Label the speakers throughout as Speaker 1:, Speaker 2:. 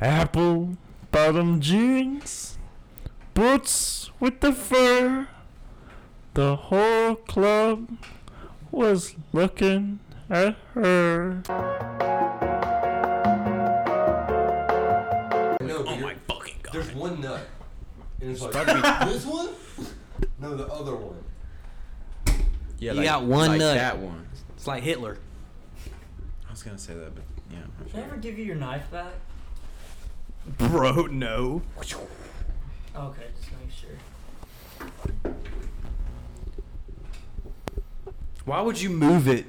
Speaker 1: Apple bottom jeans, boots with the fur. The whole club was looking at her.
Speaker 2: No,
Speaker 3: Oh
Speaker 2: but you're-
Speaker 3: my fucking god.
Speaker 2: There's one nut. And it's like, this one? No, the other one.
Speaker 3: Yeah,
Speaker 4: You got one
Speaker 3: like
Speaker 4: nut.
Speaker 3: That one.
Speaker 4: It's like Hitler.
Speaker 3: I was gonna say that, but yeah. I
Speaker 5: Did I ever give you your knife back?
Speaker 4: Bro, no.
Speaker 5: Okay, just make sure.
Speaker 4: Why would you move it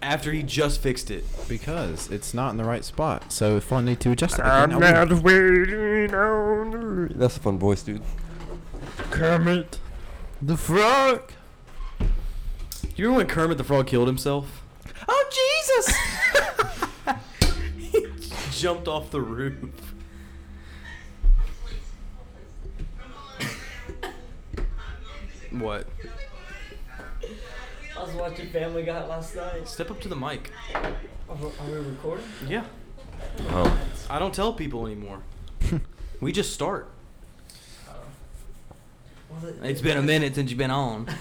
Speaker 4: after he just fixed it?
Speaker 3: Because it's not in the right spot. So if I need to adjust it,
Speaker 1: I'm
Speaker 3: again, I
Speaker 1: not
Speaker 3: will.
Speaker 1: waiting on
Speaker 2: That's a fun voice, dude.
Speaker 1: Kermit the Frog.
Speaker 4: You remember when Kermit the Frog killed himself? Oh Jesus! he jumped off the roof. what?
Speaker 5: I was watching Family Guy last night.
Speaker 4: Step up to the mic.
Speaker 5: Are we- are we recording?
Speaker 4: Yeah.
Speaker 2: Oh.
Speaker 4: I don't tell people anymore. we just start.
Speaker 5: Well, it-
Speaker 4: It's been a minute since you've been on.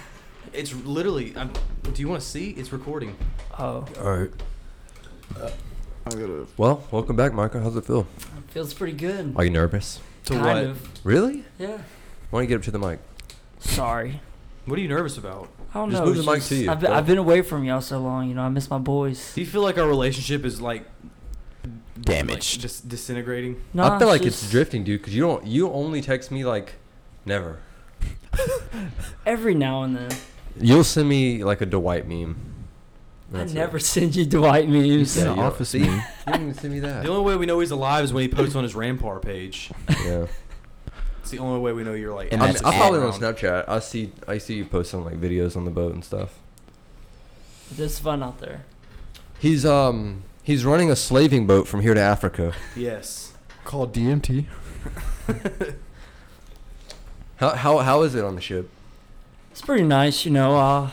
Speaker 4: It's literally. I'm, do you want to see? It's recording.
Speaker 5: Oh,
Speaker 2: All right. Well, welcome back, Micah. How's it feel?
Speaker 5: feels pretty good.
Speaker 2: Are you nervous?
Speaker 4: To
Speaker 5: kind
Speaker 4: what?
Speaker 5: of.
Speaker 2: Really?
Speaker 5: Yeah.
Speaker 2: Why don't you get up to the mic?
Speaker 5: Sorry.
Speaker 4: What are you nervous about?
Speaker 5: I don't
Speaker 2: Just
Speaker 5: know.
Speaker 2: move the mic
Speaker 5: it's
Speaker 2: to you,
Speaker 5: I've, been,
Speaker 2: bro.
Speaker 5: I've been away from y'all so long. You know, I miss my boys.
Speaker 4: Do you feel like our relationship is like
Speaker 3: Damaged.
Speaker 4: like, dis- disintegrating?
Speaker 5: No,
Speaker 2: I feel like it's
Speaker 5: just-
Speaker 2: drifting, dude, because you don't. You only text me like, never.
Speaker 5: every now and then.
Speaker 2: You'll send me like a Dwight meme. That's
Speaker 5: I
Speaker 2: it.
Speaker 5: never send you Dwight memes.
Speaker 2: Yeah,
Speaker 3: in the
Speaker 2: you don't-
Speaker 3: office
Speaker 2: see?
Speaker 3: meme.
Speaker 2: You didn't even send me
Speaker 4: The
Speaker 2: that.
Speaker 4: only way we know he's alive is when he posts on his Rampart page.
Speaker 2: yeah.
Speaker 4: It's the only way we know you're like.
Speaker 3: And
Speaker 2: I, mean,
Speaker 3: that's
Speaker 2: I follow
Speaker 3: all
Speaker 2: him on
Speaker 4: around.
Speaker 2: Snapchat. I see. I see you posting like videos on the boat and stuff.
Speaker 5: There's fun out there.
Speaker 2: He's um. He's running a slaving boat from here to Africa.
Speaker 4: Yes.
Speaker 3: Called DMT.
Speaker 2: How how how is it on the ship?
Speaker 5: It's pretty nice, you know. Uh,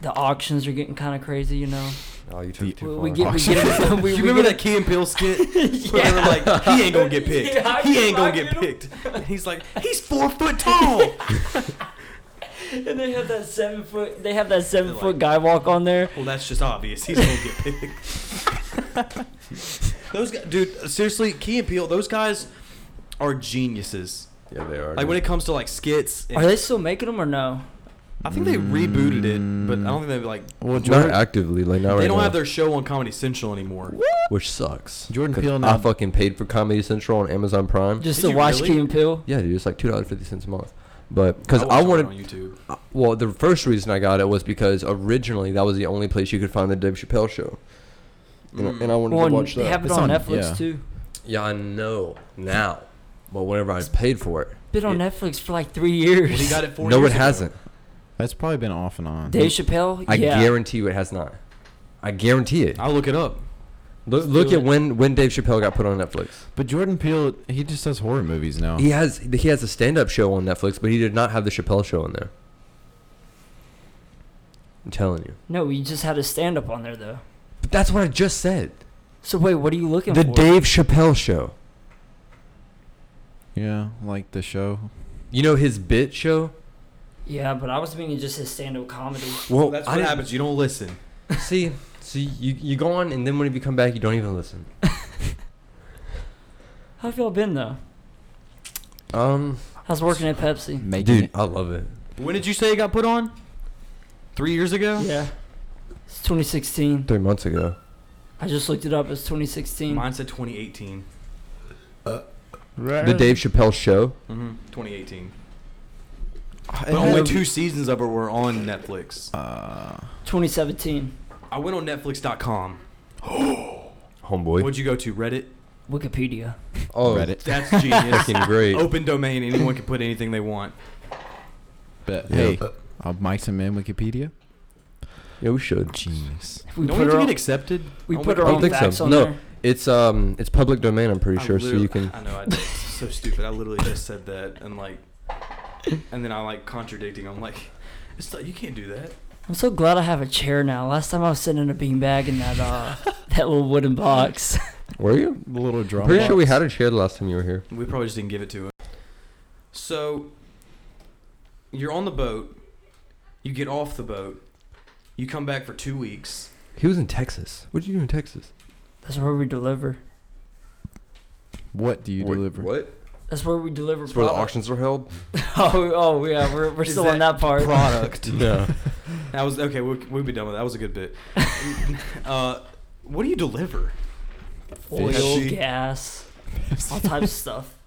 Speaker 5: the auctions are getting kind of crazy, you know.
Speaker 2: Oh, you took
Speaker 3: The-
Speaker 2: it
Speaker 5: We,
Speaker 2: too
Speaker 5: we
Speaker 2: far.
Speaker 5: get, we get, we,
Speaker 4: Do you
Speaker 5: we
Speaker 4: remember
Speaker 5: get-
Speaker 4: that Key and Peele skit? Where they were like, he ain't gonna get picked.
Speaker 5: Yeah, I
Speaker 4: he ain't gonna
Speaker 5: can
Speaker 4: get
Speaker 5: imagine
Speaker 4: picked. And he's like, he's four foot tall.
Speaker 5: And they have that seven foot. They have that seven
Speaker 4: They're
Speaker 5: foot
Speaker 4: like-
Speaker 5: guy walk on there.
Speaker 4: well, that's just obvious. He's gonna get picked. those guys, dude, seriously, Key and Peele, those guys are geniuses.
Speaker 2: yeah, they are.
Speaker 4: Like when it comes to like skits, and
Speaker 5: Are they still making them or no?
Speaker 4: I think they rebooted it, but I don't think they've like
Speaker 3: Well,
Speaker 2: not
Speaker 3: Jordan,
Speaker 2: actively like not
Speaker 4: they
Speaker 2: right
Speaker 4: don't
Speaker 2: now,
Speaker 4: have their show on Comedy Central anymore.
Speaker 2: which sucks.
Speaker 3: Jordan
Speaker 2: 'Cause
Speaker 3: Peele
Speaker 2: I
Speaker 3: now-
Speaker 2: fucking paid for Comedy Central on Amazon Prime.
Speaker 5: Just
Speaker 4: Did
Speaker 5: to
Speaker 4: you
Speaker 5: watch
Speaker 4: really?
Speaker 5: Key and Peele.
Speaker 2: yeah, dude, it's like two dollars fifty cents a month. But because
Speaker 4: watch
Speaker 2: I
Speaker 4: it
Speaker 2: wanted,
Speaker 4: on YouTube.
Speaker 2: Uh, Well, the first reason I got it was because originally that was the only place you could find the Dave Chappelle show, and,
Speaker 4: Mm.
Speaker 2: I- and I wanted
Speaker 5: Well,
Speaker 2: to
Speaker 5: and
Speaker 2: watch
Speaker 5: they
Speaker 2: that.
Speaker 5: have it
Speaker 3: It's
Speaker 5: on,
Speaker 3: on-
Speaker 5: Netflix
Speaker 3: yeah.
Speaker 5: too.
Speaker 2: yeah, I know now, but whenever I paid for it,
Speaker 5: Been on Netflix for like three years.
Speaker 4: Well, he got it four
Speaker 2: no,
Speaker 4: years
Speaker 2: it
Speaker 4: ago.
Speaker 2: hasn't.
Speaker 3: that's probably been off and on.
Speaker 5: Dave Chappelle.
Speaker 2: I
Speaker 5: yeah.
Speaker 2: guarantee you, it has not. I guarantee it.
Speaker 4: I'll look it up.
Speaker 2: Look, look
Speaker 5: do
Speaker 2: at
Speaker 5: it.
Speaker 2: when when Dave Chappelle got put on Netflix.
Speaker 3: but Jordan Peele, he just does horror movies now.
Speaker 4: Oh.
Speaker 2: He has he has a stand up show on Netflix, but he did not have the Chappelle show on there. I'm telling you.
Speaker 5: no, we just had a stand up on there though.
Speaker 2: But that's what I just said.
Speaker 5: So wait, what are you looking
Speaker 2: The
Speaker 5: for?
Speaker 2: Dave Chappelle show.
Speaker 3: Yeah, like the show.
Speaker 2: You know his bit show.
Speaker 5: Yeah, but I was meaning just his stand up comedy.
Speaker 2: Well,
Speaker 4: That's
Speaker 2: I
Speaker 4: what
Speaker 2: didn't-
Speaker 4: happens. You don't listen.
Speaker 2: See, see, you you go on, and then when you come back, you don't even listen.
Speaker 5: How have y'all been though?
Speaker 2: Um,
Speaker 5: How's working at Pepsi?
Speaker 3: Making
Speaker 2: dude,
Speaker 3: it.
Speaker 2: I love it.
Speaker 4: When did you say it got put on? Three years ago.
Speaker 5: Yeah. It's 2016.
Speaker 2: Three months ago.
Speaker 5: I just looked it up. It's 2016.
Speaker 4: Mine said 2018.
Speaker 2: The Dave Chappelle show.
Speaker 4: hmm 2018.
Speaker 3: It
Speaker 4: But only
Speaker 3: had-
Speaker 4: two seasons of it were on Netflix.
Speaker 3: Uh,
Speaker 5: 2017.
Speaker 4: I went on Netflix.com.
Speaker 2: Homeboy.
Speaker 4: What'd you go to? Reddit.
Speaker 5: Wikipedia.
Speaker 2: Oh,
Speaker 3: Reddit.
Speaker 4: That's genius.
Speaker 2: fucking great.
Speaker 4: Open domain. Anyone can put anything they want.
Speaker 3: But
Speaker 2: Yeah.
Speaker 3: hey, I'll mic some in Wikipedia.
Speaker 2: Yeah, we should.
Speaker 3: Genius.
Speaker 5: We
Speaker 4: don't we
Speaker 5: put
Speaker 4: have
Speaker 5: our
Speaker 4: to
Speaker 5: own,
Speaker 4: get accepted? Oh
Speaker 5: we
Speaker 4: Don't
Speaker 5: put
Speaker 4: we-
Speaker 5: our
Speaker 2: I don't
Speaker 5: own
Speaker 2: think so.
Speaker 5: facts on
Speaker 2: No.
Speaker 5: there.
Speaker 2: It's um, it's public domain. I'm pretty
Speaker 4: I
Speaker 2: sure, so
Speaker 4: literally-
Speaker 2: you can.
Speaker 4: I know. I did. It's so stupid. I literally just said that, and like, and then I like contradicting. I'm like, it's not, you can't do that.
Speaker 5: I'm so glad I have a chair now. Last time I was sitting in a beanbag in that uh, that little wooden box.
Speaker 2: Were you?
Speaker 3: The little drum.
Speaker 2: I'm pretty sure we
Speaker 3: box.
Speaker 2: had a chair the last time you were here.
Speaker 4: We probably just didn't give it to him. So you're on the boat. You get off the boat. You come back for two weeks.
Speaker 2: He was in Texas. What did you do in Texas?
Speaker 5: That's where we deliver.
Speaker 3: What do you
Speaker 2: Wait,
Speaker 3: deliver?
Speaker 2: What?
Speaker 5: That's where we deliver.
Speaker 2: That's where the
Speaker 5: product.
Speaker 2: auctions were held.
Speaker 5: Oh, oh yeah, we're, we're
Speaker 4: Is
Speaker 5: still on that part.
Speaker 4: Product.
Speaker 2: No.
Speaker 4: That was okay. We'll, we'll be done with that. That was a good bit. uh, what do you deliver?
Speaker 5: Oil,
Speaker 4: Fishy.
Speaker 5: gas, all types of stuff.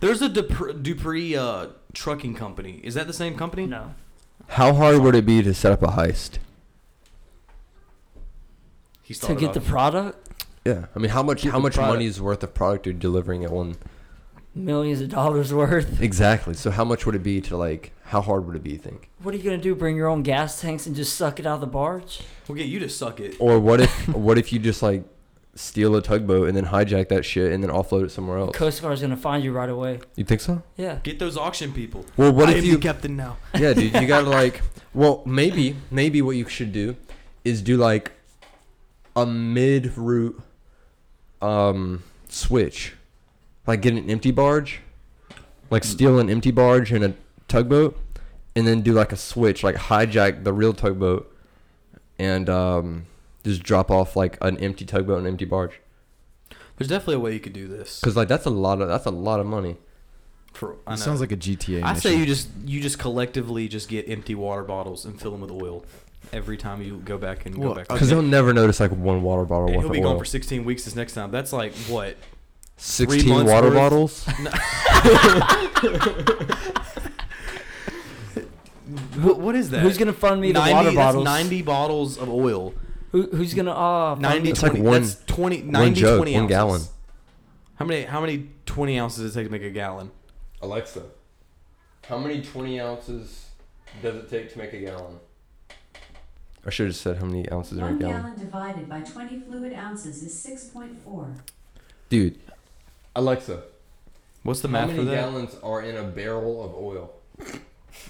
Speaker 4: There's a Dupree, Dupree uh, trucking company. Is that the same company?
Speaker 5: No,
Speaker 2: How hard would it be to set up a heist?
Speaker 4: He's
Speaker 5: to get the
Speaker 4: pro-
Speaker 5: product,
Speaker 2: Yeah. I mean, how much
Speaker 3: Get
Speaker 2: how
Speaker 3: the
Speaker 2: much
Speaker 3: product.
Speaker 2: money's worth of product are you delivering at one?
Speaker 5: millions of dollars worth.
Speaker 2: Exactly. So how much would it be to like? How hard would it be? You think?
Speaker 5: What are you gonna do? Bring your own gas tanks and just suck it out of the barge?
Speaker 4: we'll get you to suck it.
Speaker 2: Or what if what if you just like steal a tugboat and then hijack that shit and then offload it somewhere else?
Speaker 5: Coast Guard's gonna find you right away.
Speaker 2: You think so?
Speaker 5: Yeah.
Speaker 4: Get those auction people.
Speaker 2: Well, what
Speaker 4: I
Speaker 2: if
Speaker 4: am
Speaker 2: you
Speaker 4: the captain now?
Speaker 2: Yeah, dude, you gotta like. Well, maybe maybe what you should do is do like a mid route um switch, like get an empty barge, like steal an empty barge and a tugboat, and then do like a switch, like hijack the real tugboat, and um just drop off like an empty tugboat and an empty barge.
Speaker 4: There's definitely a way you could do this.
Speaker 2: Cause like that's a lot of that's a lot of money.
Speaker 4: For, I
Speaker 3: It
Speaker 4: know.
Speaker 3: sounds like a GTA.
Speaker 4: I say
Speaker 3: mission.
Speaker 4: you just you just collectively just get empty water bottles and fill them with oil every time you go back and go
Speaker 3: Well,
Speaker 4: back.
Speaker 2: Cause they'll never notice like one water bottle
Speaker 4: And
Speaker 2: worth
Speaker 4: he'll
Speaker 2: of
Speaker 4: be gone
Speaker 2: oil.
Speaker 4: for 16 weeks this next time. That's like what?
Speaker 2: Sixteen
Speaker 4: months
Speaker 2: water
Speaker 4: worth.
Speaker 2: bottles.
Speaker 4: What, what is that?
Speaker 5: Who's gonna fund me the
Speaker 4: 90,
Speaker 5: water bottles?
Speaker 4: That's 90 bottles of oil.
Speaker 5: Who, who's gonna uh fund
Speaker 4: 90
Speaker 5: me-
Speaker 2: It's like
Speaker 4: 20
Speaker 2: one-
Speaker 4: that's 20 90
Speaker 2: jug,
Speaker 4: 20
Speaker 2: one
Speaker 4: ounces.
Speaker 2: gallon.
Speaker 4: How many how many 20 ounces does it take to make a gallon?
Speaker 2: Alexa, how many 20 ounces does it take to make a gallon? I should have said how many ounces are in a
Speaker 6: One
Speaker 2: gallon.
Speaker 6: gallon divided by 20 fluid ounces is 6.4.
Speaker 2: Dude, Alexa,
Speaker 4: What's the
Speaker 2: how
Speaker 4: math
Speaker 2: many
Speaker 4: for that?
Speaker 2: gallons are in a barrel of oil?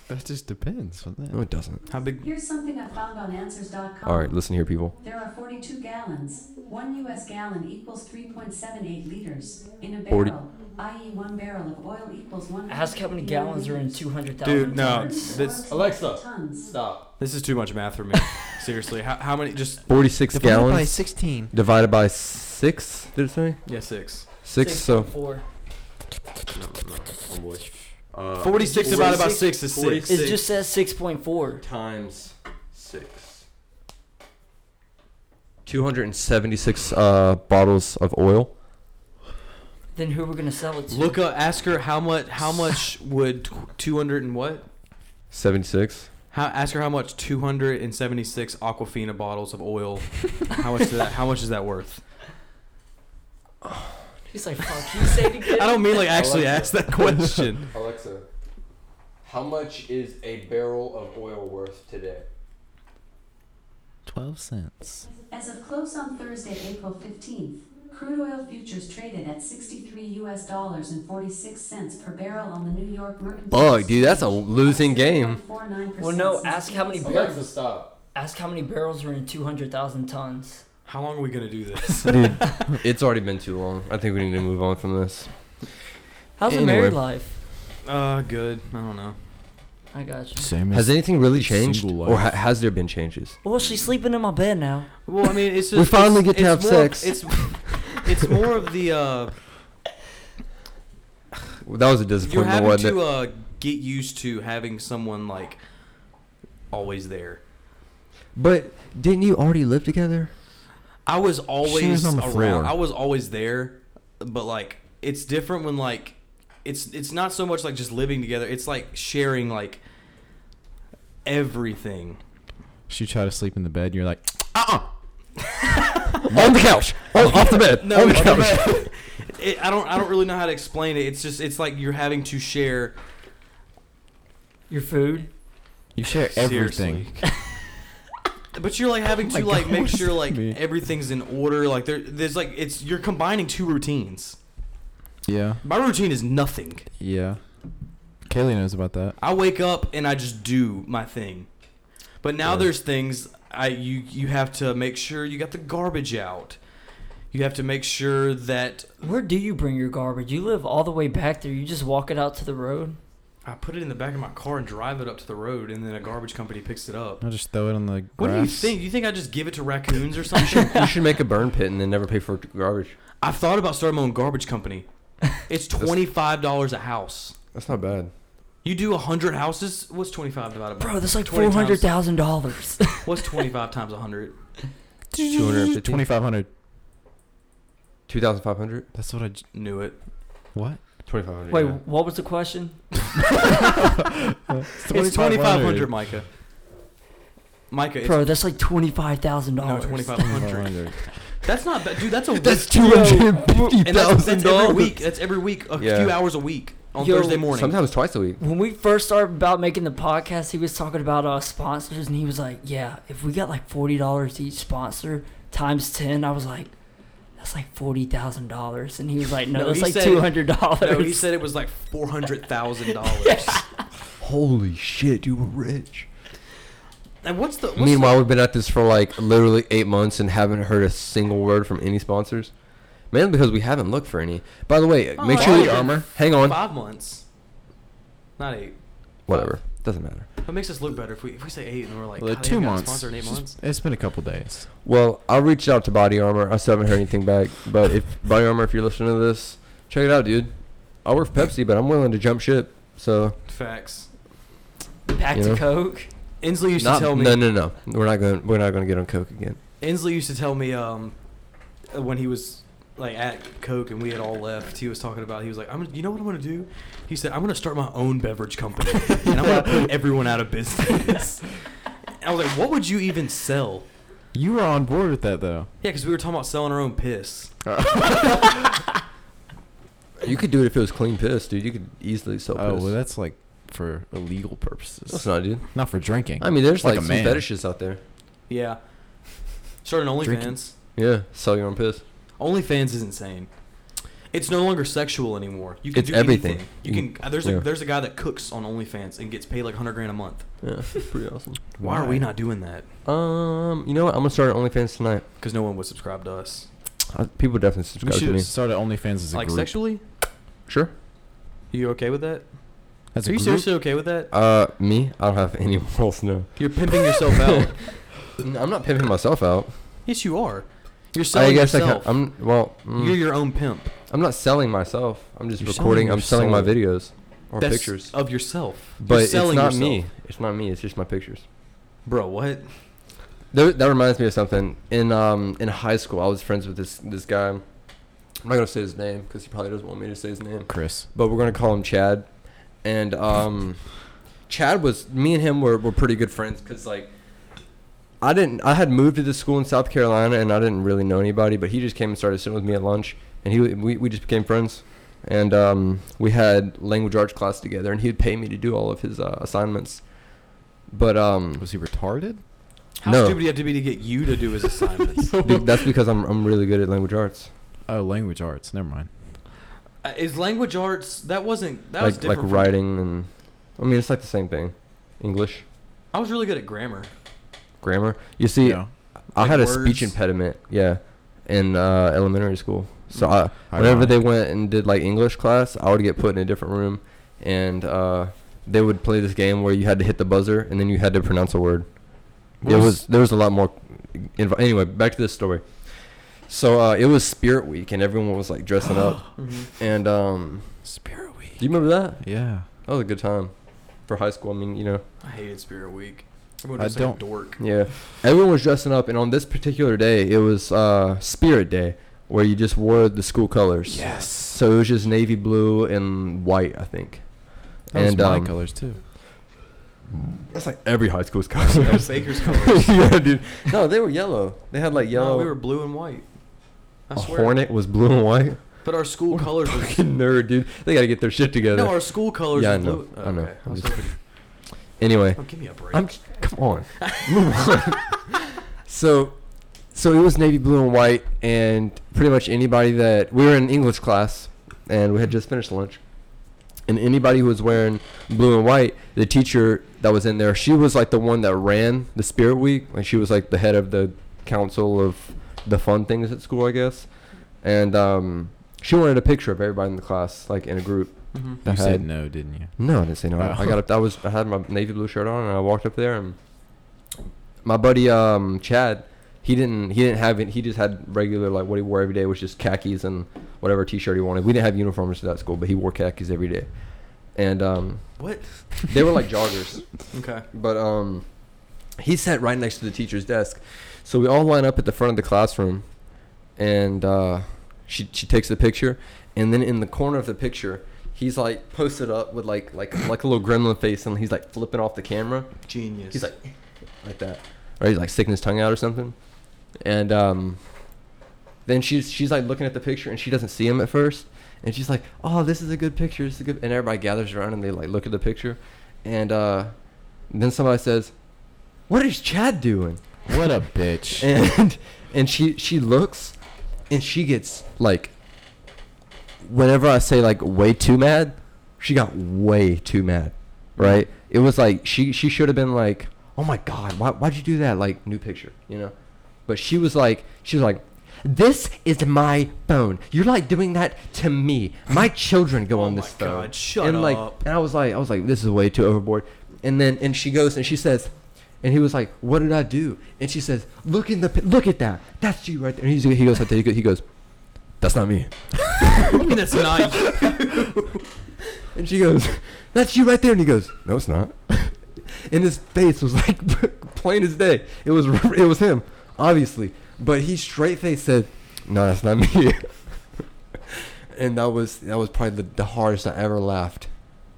Speaker 3: That just depends. on that.
Speaker 2: No, it doesn't.
Speaker 4: How big?
Speaker 6: Here's something I found on answers.com.
Speaker 2: All right, listen here, people.
Speaker 6: There are 42 gallons. One U.S. gallon equals 3.78 liters. In a
Speaker 2: Forty-
Speaker 6: barrel, i.e., one barrel of oil equals one.
Speaker 5: Ask how many gallons are in two hundred thousand.
Speaker 4: Dude, no. This
Speaker 2: Alexa.
Speaker 6: Tons.
Speaker 2: Stop.
Speaker 4: this is too much math for me. Seriously. How, how many just
Speaker 2: 46
Speaker 3: Divided by
Speaker 2: gallons
Speaker 3: sixteen.
Speaker 2: divided by 6, did it say?
Speaker 4: yeah, 6.
Speaker 2: 6, so.
Speaker 5: four.
Speaker 2: Oh boy.
Speaker 4: 46 divided by 6 is 6.
Speaker 2: 46.
Speaker 5: It just says six point four.
Speaker 2: times 6. 276 uh, bottles of oil.
Speaker 5: Then who are we gonna sell it to?
Speaker 4: Look up ask her how much how much would tw- 200 and what?
Speaker 2: 76.
Speaker 4: How, ask her how much 276 Aquafina bottles of oil. how much is that? How much is that worth?
Speaker 5: He's like, fuck. You say it
Speaker 4: I
Speaker 5: again.
Speaker 4: don't mean like actually
Speaker 2: Alexa.
Speaker 4: ask that question.
Speaker 2: Alexa, how much is a barrel of oil worth today?
Speaker 3: Twelve cents.
Speaker 6: As of close on Thursday, April 15th, crude oil futures traded at 63 U.S. dollars and 46 cents per barrel on the New York Mercantile.
Speaker 2: Bug, dude, that's a losing game.
Speaker 5: Well, no. Ask how many. Barrels,
Speaker 2: stop.
Speaker 5: ask how many barrels are in two hundred thousand tons.
Speaker 4: How long are we gonna do this?
Speaker 2: Dude, it's already been too long. I think we need to move on from this.
Speaker 5: How's the
Speaker 2: Anyway.
Speaker 5: married life?
Speaker 4: Uh, good. I don't know.
Speaker 5: I got you.
Speaker 3: Same
Speaker 2: Has
Speaker 3: as
Speaker 2: anything really changed,
Speaker 3: Single
Speaker 2: or ha-
Speaker 3: life.
Speaker 2: has there been changes?
Speaker 5: Well, she's sleeping in my bed now.
Speaker 4: Well, I mean, it's
Speaker 2: We
Speaker 4: just
Speaker 2: finally
Speaker 4: it's-
Speaker 2: get to
Speaker 4: it's
Speaker 2: have
Speaker 4: more of-
Speaker 2: sex.
Speaker 4: it's it's more of the uh,
Speaker 2: That was a
Speaker 4: you're
Speaker 2: disappointment,
Speaker 4: having
Speaker 2: wasn't
Speaker 4: to
Speaker 2: it?
Speaker 4: uh, get used to having someone like always there.
Speaker 2: But didn't you already live together?
Speaker 4: I was always
Speaker 3: on the
Speaker 4: around.
Speaker 3: floor.
Speaker 4: I was always there, but like it's different when like it's it's not so much like just living together. It's like sharing like everything.
Speaker 3: she tried to sleep in the bed. and You're like, Uh-uh.
Speaker 2: on the couch, on, off the bed,
Speaker 4: No,
Speaker 2: on the
Speaker 4: it's
Speaker 2: couch.
Speaker 4: not- it, I don't I don't really know how to explain it. It's just it's like you're having to share
Speaker 5: Your food.
Speaker 3: you share everything. Oh
Speaker 4: Seriously. but you're like having
Speaker 3: my
Speaker 4: to like
Speaker 3: God,
Speaker 4: make
Speaker 3: what does
Speaker 4: sure
Speaker 3: that
Speaker 4: like
Speaker 3: mean?
Speaker 4: everything's in order. Like there, there's like it's you're combining two routines.
Speaker 3: Yeah,
Speaker 4: My routine is nothing.
Speaker 3: yeah. Kaylee knows about that.
Speaker 4: I wake up and I just do my thing. But now
Speaker 2: Right.
Speaker 4: there's things I you you have to make sure you got the garbage out. You have to make sure that
Speaker 5: Where do you bring your garbage? You live all the way back there. You just walk it out to the road.
Speaker 4: I put it in the back of my car and drive it up to the road, and then a garbage company picks it up.
Speaker 3: I'll just throw it on the grass.
Speaker 4: What do you think? You think I just give it to raccoons or something?
Speaker 2: you should make a burn pit and then never pay for garbage.
Speaker 4: I've thought about starting my own garbage company. It's twenty five dollars a house.
Speaker 2: That's not bad.
Speaker 4: You do hundred houses. What's twenty five divided by?
Speaker 5: Bro, that's like
Speaker 4: 20
Speaker 5: four
Speaker 4: times-
Speaker 5: hundred thousand dollars.
Speaker 4: What's twenty five times hundred?
Speaker 2: 250?
Speaker 3: 2500
Speaker 2: 2,500?
Speaker 3: That's what I j-
Speaker 4: Knew it.
Speaker 3: what?
Speaker 2: 2,500.
Speaker 5: Wait,
Speaker 2: Oh, yeah.
Speaker 5: what was the question?
Speaker 4: It's twenty five hundred, Micah. Micah, it's
Speaker 5: Bro, that's like twenty five thousand
Speaker 4: no
Speaker 5: dollars.
Speaker 4: twenty five hundred. That's not bad, dude. That's a
Speaker 2: That's
Speaker 4: week-
Speaker 2: $250,000.
Speaker 4: And that's, that's every week. That's every week, a
Speaker 2: Yeah.
Speaker 4: few hours a week on
Speaker 5: Yo,
Speaker 4: Thursday morning.
Speaker 2: Sometimes twice a week.
Speaker 5: When we first started about making the podcast, he was talking about uh, sponsors, and he was like, "Yeah, if we got like forty dollars each sponsor times 10, I was like, "That's like forty thousand dollars," and he was like, "No,
Speaker 4: No,
Speaker 5: that's
Speaker 4: he
Speaker 5: like
Speaker 4: said-
Speaker 5: two hundred
Speaker 4: No, he
Speaker 5: dollars."
Speaker 4: said it was like four hundred thousand dollars.
Speaker 2: Holy shit, you were rich.
Speaker 4: And what's the what's
Speaker 2: Meanwhile, we've been at this for like literally eight months and haven't heard a single word from any sponsors. Mainly because we haven't looked for any. By the way,
Speaker 4: Oh,
Speaker 2: make sure
Speaker 4: body
Speaker 2: you
Speaker 4: armor.
Speaker 2: Hang
Speaker 4: the,
Speaker 2: on.
Speaker 4: five months? Not eight.
Speaker 2: Whatever. Doesn't matter.
Speaker 4: What makes us look better if we if we say eight and we're like
Speaker 3: Well,
Speaker 4: "God, they
Speaker 3: two
Speaker 4: haven't got a
Speaker 3: months.
Speaker 4: sponsor in eight
Speaker 3: It's just-
Speaker 4: months?
Speaker 3: it's been a couple days.
Speaker 2: Well, I reached out to Body Armor. I still haven't heard anything back. But if Body Armor, if you're listening to this, check it out, dude. I work for Pepsi, but I'm willing to jump ship. So
Speaker 4: Facts.
Speaker 5: Back
Speaker 2: you
Speaker 5: to
Speaker 2: know?
Speaker 5: Coke.
Speaker 4: Inslee used
Speaker 2: not,
Speaker 4: to tell me.
Speaker 2: no, no, no. We're not going. We're not going to get on Coke again.
Speaker 4: Inslee used to tell me um, uh, when he was like at Coke and we had all left. He was talking about. He was like, "I'm. gonna- You know what I'm gonna do?" He said, "I'm gonna start my own beverage company and I'm gonna put everyone out of business." I was like, "What would you even sell?"
Speaker 3: You were on board with that though.
Speaker 4: Yeah, because we were talking about selling our own piss.
Speaker 2: You could do it if it was clean piss, dude. You could easily sell
Speaker 3: Oh,
Speaker 2: piss.
Speaker 3: well, that's like for illegal
Speaker 2: That's
Speaker 3: purposes,
Speaker 2: not, dude.
Speaker 3: not for drinking.
Speaker 2: I mean, there's
Speaker 3: Like
Speaker 2: like,
Speaker 3: a
Speaker 2: some
Speaker 3: man.
Speaker 2: fetishes out there.
Speaker 4: Yeah. Starting
Speaker 3: Drinking.
Speaker 4: OnlyFans.
Speaker 2: Yeah, sell your own piss.
Speaker 4: OnlyFans is insane. It's no longer sexual anymore. You can
Speaker 2: It's
Speaker 4: do
Speaker 2: everything.
Speaker 4: Anything. You
Speaker 2: You-
Speaker 4: can. uh, There's
Speaker 2: yeah.
Speaker 4: a there's a guy that cooks on OnlyFans and gets paid like hundred grand a month.
Speaker 2: Yeah, pretty awesome.
Speaker 4: Why are we not doing that?
Speaker 2: Um, you know what? I'm gonna start an OnlyFans tonight.
Speaker 4: Because no one would subscribe to us.
Speaker 2: Uh, people definitely
Speaker 3: We
Speaker 2: subscribe to
Speaker 3: should
Speaker 2: me.
Speaker 3: start at OnlyFans as a
Speaker 4: like
Speaker 3: group.
Speaker 4: sexually?
Speaker 2: Sure.
Speaker 4: You okay with that?
Speaker 3: As
Speaker 4: Are
Speaker 3: a
Speaker 4: you
Speaker 3: group?
Speaker 4: seriously okay with that?
Speaker 2: Uh, me? I don't have any morals. No.
Speaker 4: You're pimping yourself out.
Speaker 2: No, I'm not pimping myself out.
Speaker 4: Yes, you are. You're selling
Speaker 2: I guess
Speaker 4: yourself.
Speaker 2: I can, I'm well. mm,
Speaker 4: You're your own pimp.
Speaker 2: I'm not selling myself. I'm just
Speaker 3: You're selling
Speaker 2: recording.
Speaker 3: your
Speaker 2: I'm selling my
Speaker 3: soul.
Speaker 2: videos or
Speaker 4: That's
Speaker 2: pictures.
Speaker 4: of yourself. You're
Speaker 2: But it's not
Speaker 4: selling yourself.
Speaker 2: me. It's not me. It's just my pictures.
Speaker 4: bro. What?
Speaker 2: Tho- that reminds me of something. In um in high school, I was friends with this this guy. I'm not gonna say his name because he probably doesn't want me to say his name.
Speaker 3: Chris.
Speaker 2: but we're gonna call him Chad. And um, Chad was me and him were, were pretty good friends because like I didn't I had moved to this school in South Carolina and I didn't really know anybody, but he just came and started sitting with me at lunch, and he we, we just became friends. And um, we had language arts class together, and he would pay me to do all of his uh, assignments. But um,
Speaker 3: Was he retarded?
Speaker 4: How
Speaker 2: No.
Speaker 4: stupid do you have to be to get you to do his assignments?
Speaker 2: dude, that's because I'm I'm really good at language arts,
Speaker 3: Oh, language arts. Never mind.
Speaker 4: Uh, Is language arts that wasn't that was
Speaker 2: like like
Speaker 4: different. from-
Speaker 2: writing and I mean it's like the same thing, English
Speaker 4: I was really good at grammar.
Speaker 2: grammar. You see,
Speaker 3: No.
Speaker 2: I
Speaker 4: Like
Speaker 2: had a
Speaker 4: words?
Speaker 2: speech impediment, yeah, in uh, elementary school. So I,
Speaker 3: Mm. I
Speaker 2: whenever
Speaker 3: don't know.
Speaker 2: they went and did like English class, I would get put in a different room, and uh, they would play this game where you had to hit the buzzer and then you had to pronounce a word.
Speaker 3: What
Speaker 2: it
Speaker 3: was-
Speaker 2: was there was a lot more. Inv- anyway, back to this story. So uh, it was Spirit Week, and everyone was like dressing up.
Speaker 4: Mm-hmm.
Speaker 2: And um,
Speaker 4: Spirit Week.
Speaker 2: do you remember that?
Speaker 3: Yeah.
Speaker 2: That was a good time for high school. I mean, you know.
Speaker 4: I hated Spirit Week. Everyone
Speaker 3: I
Speaker 4: was like a
Speaker 3: don't-
Speaker 4: dork.
Speaker 2: Yeah. Everyone was dressing up, and on this particular day, it was uh, Spirit Day, where you just wore the school colors.
Speaker 4: Yes.
Speaker 2: So it was just navy blue and white, I think.
Speaker 3: That was
Speaker 2: And,
Speaker 3: my
Speaker 2: um,
Speaker 3: colors too.
Speaker 2: That's like every high school's
Speaker 4: That was
Speaker 2: colors.
Speaker 4: Baker's colors.
Speaker 2: yeah, dude. No, they were yellow. They had like yellow.
Speaker 4: No, we were blue and white. I
Speaker 2: a
Speaker 4: swear.
Speaker 2: hornet was blue and white.
Speaker 4: But our school colors were
Speaker 2: Fucking nerd, dude. They gotta get their shit together.
Speaker 4: No, our school colors
Speaker 2: Yeah,
Speaker 4: were
Speaker 2: I know.
Speaker 4: blue.
Speaker 2: I know.
Speaker 4: okay.
Speaker 2: I'm
Speaker 4: was
Speaker 2: just-
Speaker 4: like,
Speaker 2: anyway,
Speaker 4: oh, give me a break.
Speaker 2: I'm j- come on. Move on. so so it was navy blue and white and pretty much anybody that we were in English class and we had just finished lunch. And anybody who was wearing blue and white, the teacher that was in there. She was like the one that ran the Spirit Week. Like she was like the head of the council of the fun things at school, I guess. And um, she wanted a picture of everybody in the class, like in a group.
Speaker 4: Mm-hmm.
Speaker 3: You
Speaker 2: that
Speaker 3: said
Speaker 2: had-
Speaker 3: no, didn't you?
Speaker 2: No, I didn't say no. I-
Speaker 3: Oh.
Speaker 2: I got up. I was. I had my navy blue shirt on, and I walked up there, and my buddy um, Chad, he didn't. He didn't have it. He just had regular like what he wore every day, which is khakis and whatever t-shirt he wanted. We didn't have uniforms to that school, but he wore khakis every day, and um,
Speaker 4: What?
Speaker 2: they were like joggers.
Speaker 4: Okay.
Speaker 2: But um, he sat right next to the teacher's desk, so we all line up at the front of the classroom, and uh, she she takes the picture, and then in the corner of the picture, he's like posted up with like like like a little gremlin face, and he's like flipping off the camera.
Speaker 4: Genius.
Speaker 2: He's like like that, or he's like sticking his tongue out or something, and um, then she's she's like looking at the picture and she doesn't see him at first, and she's like, "Oh, this is a good picture. This is a good." And everybody gathers around and they like look at the picture, and uh, then somebody says, "What is Chad doing?"
Speaker 3: What a bitch.
Speaker 2: And and she she looks, and she gets like. Whenever I say like way too mad, she got way too mad, right? It was like she she should have been like, "Oh my god, why why'd you do that?" Like new picture, you know. But she was like, she was like, "This is my phone. You're like doing that to me. My children go
Speaker 4: Oh
Speaker 2: on
Speaker 4: my
Speaker 2: this phone."
Speaker 4: God, shut
Speaker 2: and like,
Speaker 4: up.
Speaker 2: and I was like, I was like, this is way too overboard. And then and she goes and she says, and he was like, "What did I do?" And she says, "Look in the pi- look at that. That's you right there." And he's, he goes like that. He goes, he goes, "That's not me."
Speaker 4: that's not.
Speaker 2: And she goes, "That's you right there." And he goes, "No, it's not." and his face was like plain as day. It was it was him, obviously. But he straight face said, "No, that's not me." and that was that was probably the, the hardest I ever laughed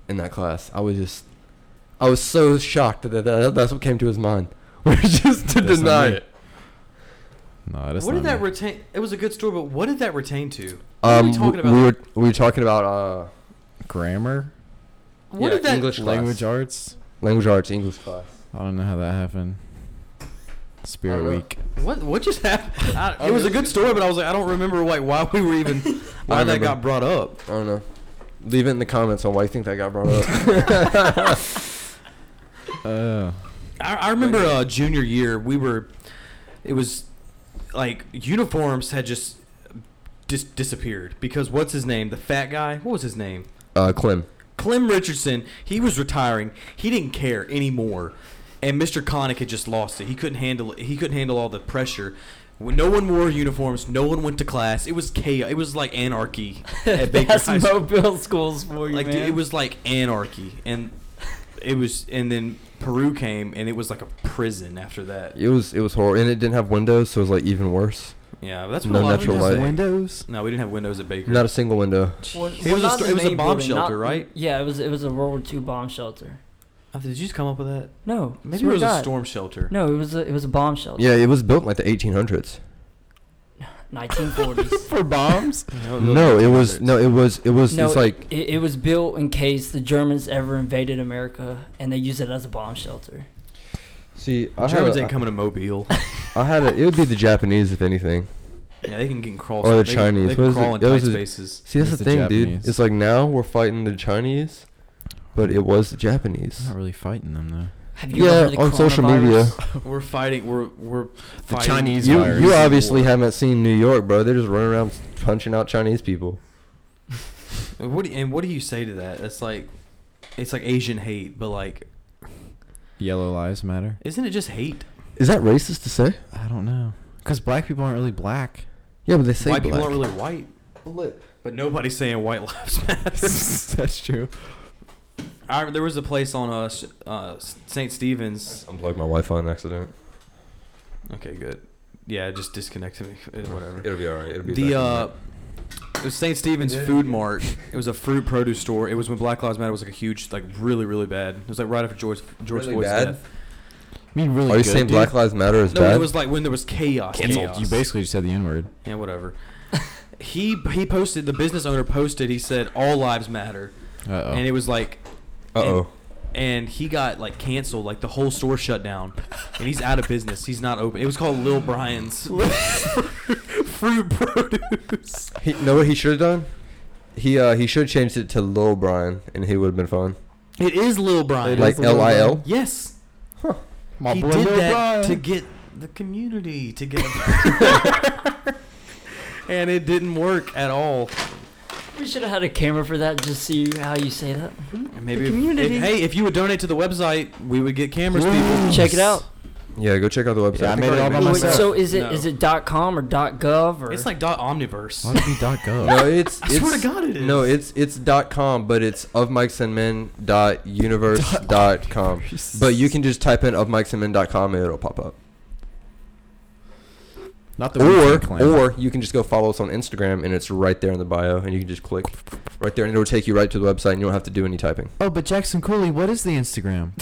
Speaker 2: in that class. I was just I was so shocked that, that that's what came to his mind. Was just to
Speaker 3: That's not
Speaker 2: deny
Speaker 3: me.
Speaker 2: it.
Speaker 3: no, that's
Speaker 4: what
Speaker 3: not
Speaker 4: did that
Speaker 3: me.
Speaker 4: retain? It was a good story, but what did that retain to? What are
Speaker 2: Um,
Speaker 4: we talking about?
Speaker 2: we were we were talking about uh,
Speaker 3: grammar?
Speaker 4: what
Speaker 2: yeah,
Speaker 4: did that?
Speaker 2: English class,
Speaker 3: Language arts?
Speaker 2: language arts, English class.
Speaker 3: I don't know how that happened. Spirit
Speaker 4: Uh,
Speaker 2: know.
Speaker 3: Week.
Speaker 4: What? What just happened? I,
Speaker 2: Oh,
Speaker 4: it was a good story, but I was like, I don't remember like why we were even why that
Speaker 2: remember.
Speaker 4: got brought up.
Speaker 2: I don't know. Leave it in the comments on why you think that got brought up.
Speaker 3: Oh.
Speaker 4: I, I remember uh, junior year we were, it was like uniforms had just dis- disappeared because what's his name? The fat guy. What was his name?
Speaker 2: Uh, Clem.
Speaker 4: Clem Richardson, he was retiring. He didn't care anymore, and Mr. Connick had just lost it. He couldn't handle it. He couldn't handle all the pressure. When no one wore uniforms. No one went to class. It was chaos. It was like anarchy at Baker
Speaker 5: That's
Speaker 4: High School.
Speaker 5: Mobile schools for you,
Speaker 4: Like dude,
Speaker 5: man.
Speaker 4: it was like anarchy, and it was. And then Peru came, and it was like a prison after that.
Speaker 2: It was it was horrible, and it didn't have windows, so it was like even worse.
Speaker 4: Yeah, that's what
Speaker 2: No
Speaker 4: a lot
Speaker 2: natural
Speaker 4: of people
Speaker 2: light.
Speaker 4: say.
Speaker 3: Windows?
Speaker 4: No, we didn't have windows at Baker.
Speaker 2: Not a single window.
Speaker 5: Well,
Speaker 4: It
Speaker 5: well,
Speaker 4: was a
Speaker 5: not
Speaker 4: sto-
Speaker 5: the
Speaker 4: it was a
Speaker 5: main
Speaker 4: bomb
Speaker 5: building, not
Speaker 4: shelter,
Speaker 5: the-
Speaker 4: right?
Speaker 5: Yeah, it was it was a World War II bomb shelter.
Speaker 4: Uh, Did you just come up with that?
Speaker 5: No,
Speaker 4: Maybe
Speaker 5: swear
Speaker 4: it was
Speaker 5: to
Speaker 4: a
Speaker 5: God.
Speaker 4: storm shelter.
Speaker 5: No, it was a, it was a bomb shelter.
Speaker 2: Yeah, it was built in like the 1800s.
Speaker 5: 1940s.
Speaker 3: For bombs?
Speaker 4: Oh,
Speaker 2: No, it was no, it was it was
Speaker 5: No,
Speaker 2: it's like
Speaker 5: it, it was built in case the Germans ever invaded America, and they used it as a bomb shelter.
Speaker 2: see I had
Speaker 4: Germans
Speaker 2: a,
Speaker 4: ain't coming to Mobile.
Speaker 2: I had a, it would be the Japanese if anything.
Speaker 4: Yeah, they can get crawl.
Speaker 2: Or the
Speaker 4: they
Speaker 2: Chinese.
Speaker 4: Can, they can
Speaker 2: What is
Speaker 4: crawl
Speaker 2: it?
Speaker 4: in
Speaker 2: That
Speaker 4: tight
Speaker 2: was a-
Speaker 4: spaces.
Speaker 2: See that's
Speaker 3: It's
Speaker 2: the,
Speaker 3: the
Speaker 2: thing,
Speaker 3: Japanese.
Speaker 2: dude. It's like now we're fighting the Chinese, but it was the
Speaker 3: I'm
Speaker 2: Japanese.
Speaker 3: not really fighting them, though.
Speaker 5: Have you
Speaker 2: Yeah,
Speaker 5: ever heard of the
Speaker 2: on social media.
Speaker 5: coronavirus?
Speaker 4: We're fighting. We're we're
Speaker 3: The
Speaker 4: fighting
Speaker 3: Chinese
Speaker 2: You
Speaker 3: virus.
Speaker 2: you obviously haven't seen New York, bro. They're just running around punching out Chinese people.
Speaker 4: What do, and what do you say to that? It's like, it's like Asian hate, but like,
Speaker 3: Yellow Lives Matter?
Speaker 4: isn't it just hate?
Speaker 2: Is that racist to say?
Speaker 3: I don't know. Because black people aren't really black.
Speaker 2: Yeah, but they say
Speaker 4: white
Speaker 2: black.
Speaker 4: people aren't really white. But nobody's saying white lives matter.
Speaker 3: That's true.
Speaker 4: I, there was a place on uh, S- uh, St. Stephen's.
Speaker 2: Unplugged my Wi-Fi on accident.
Speaker 4: Okay, good. Yeah, it just disconnected me. Eh, Whatever.
Speaker 2: It'll be alright. It'll be
Speaker 4: the uh, it was St. Stephen's Food Mart. It was a fruit produce store. It was when Black Lives Matter was like a huge, like really, really bad. It was like right after George George
Speaker 2: Really
Speaker 4: Floyd's
Speaker 2: bad?
Speaker 4: death.
Speaker 3: I mean, really
Speaker 2: Are you
Speaker 3: good,
Speaker 2: saying
Speaker 3: dude.
Speaker 2: Black Lives Matter is
Speaker 4: No,
Speaker 2: bad?
Speaker 4: it was like when there was chaos.
Speaker 3: Canceled.
Speaker 4: chaos.
Speaker 3: You basically just said the N word.
Speaker 4: yeah, whatever. he he posted the business owner posted. He said all lives matter,
Speaker 3: Uh oh.
Speaker 4: and it was like,
Speaker 2: Uh-oh.
Speaker 4: and, and he got like canceled. Like the whole store shut down, and he's out of business. He's not open. It was called Lil Brian's Fruit Produce.
Speaker 2: He, know what he should have done? He uh, he should have changed it to Lil Brian, and he would have been fine.
Speaker 4: It is Lil Brian.
Speaker 2: Like L I L.
Speaker 4: yes,
Speaker 1: My
Speaker 4: he
Speaker 1: boy
Speaker 4: did
Speaker 1: Lil
Speaker 4: that
Speaker 1: Brian.
Speaker 4: to get the community together, and it didn't work at all.
Speaker 5: We should have had a camera for that. Just see how you say that.
Speaker 4: And maybe
Speaker 5: The
Speaker 4: if- if-
Speaker 5: community.
Speaker 4: hey, if you would donate to the website, we would get cameras. People.
Speaker 5: Check it out.
Speaker 2: Yeah, go check out the website.
Speaker 3: Yeah, I made it all by
Speaker 5: Wait,
Speaker 3: myself.
Speaker 5: so is it is
Speaker 4: No.
Speaker 5: it dot com or dot gov or
Speaker 4: It's like dot omniverse.
Speaker 3: Why would it be dot gov?
Speaker 2: No, it's,
Speaker 4: I
Speaker 2: it's
Speaker 4: swear to God, it is.
Speaker 2: No, it's it's dot com, but it's of Mike's and men dot universe dot com. But you can just type in of Mike's and men dot com and it'll pop up.
Speaker 3: Not the
Speaker 2: Or
Speaker 3: Wu-Tang Clan.
Speaker 2: or you can just go follow us on Instagram and it's right there in the bio and you can just click right there and it'll take you right to the website and you don't have to do any typing.
Speaker 3: Oh, but Jackson Cooley, what is the Instagram?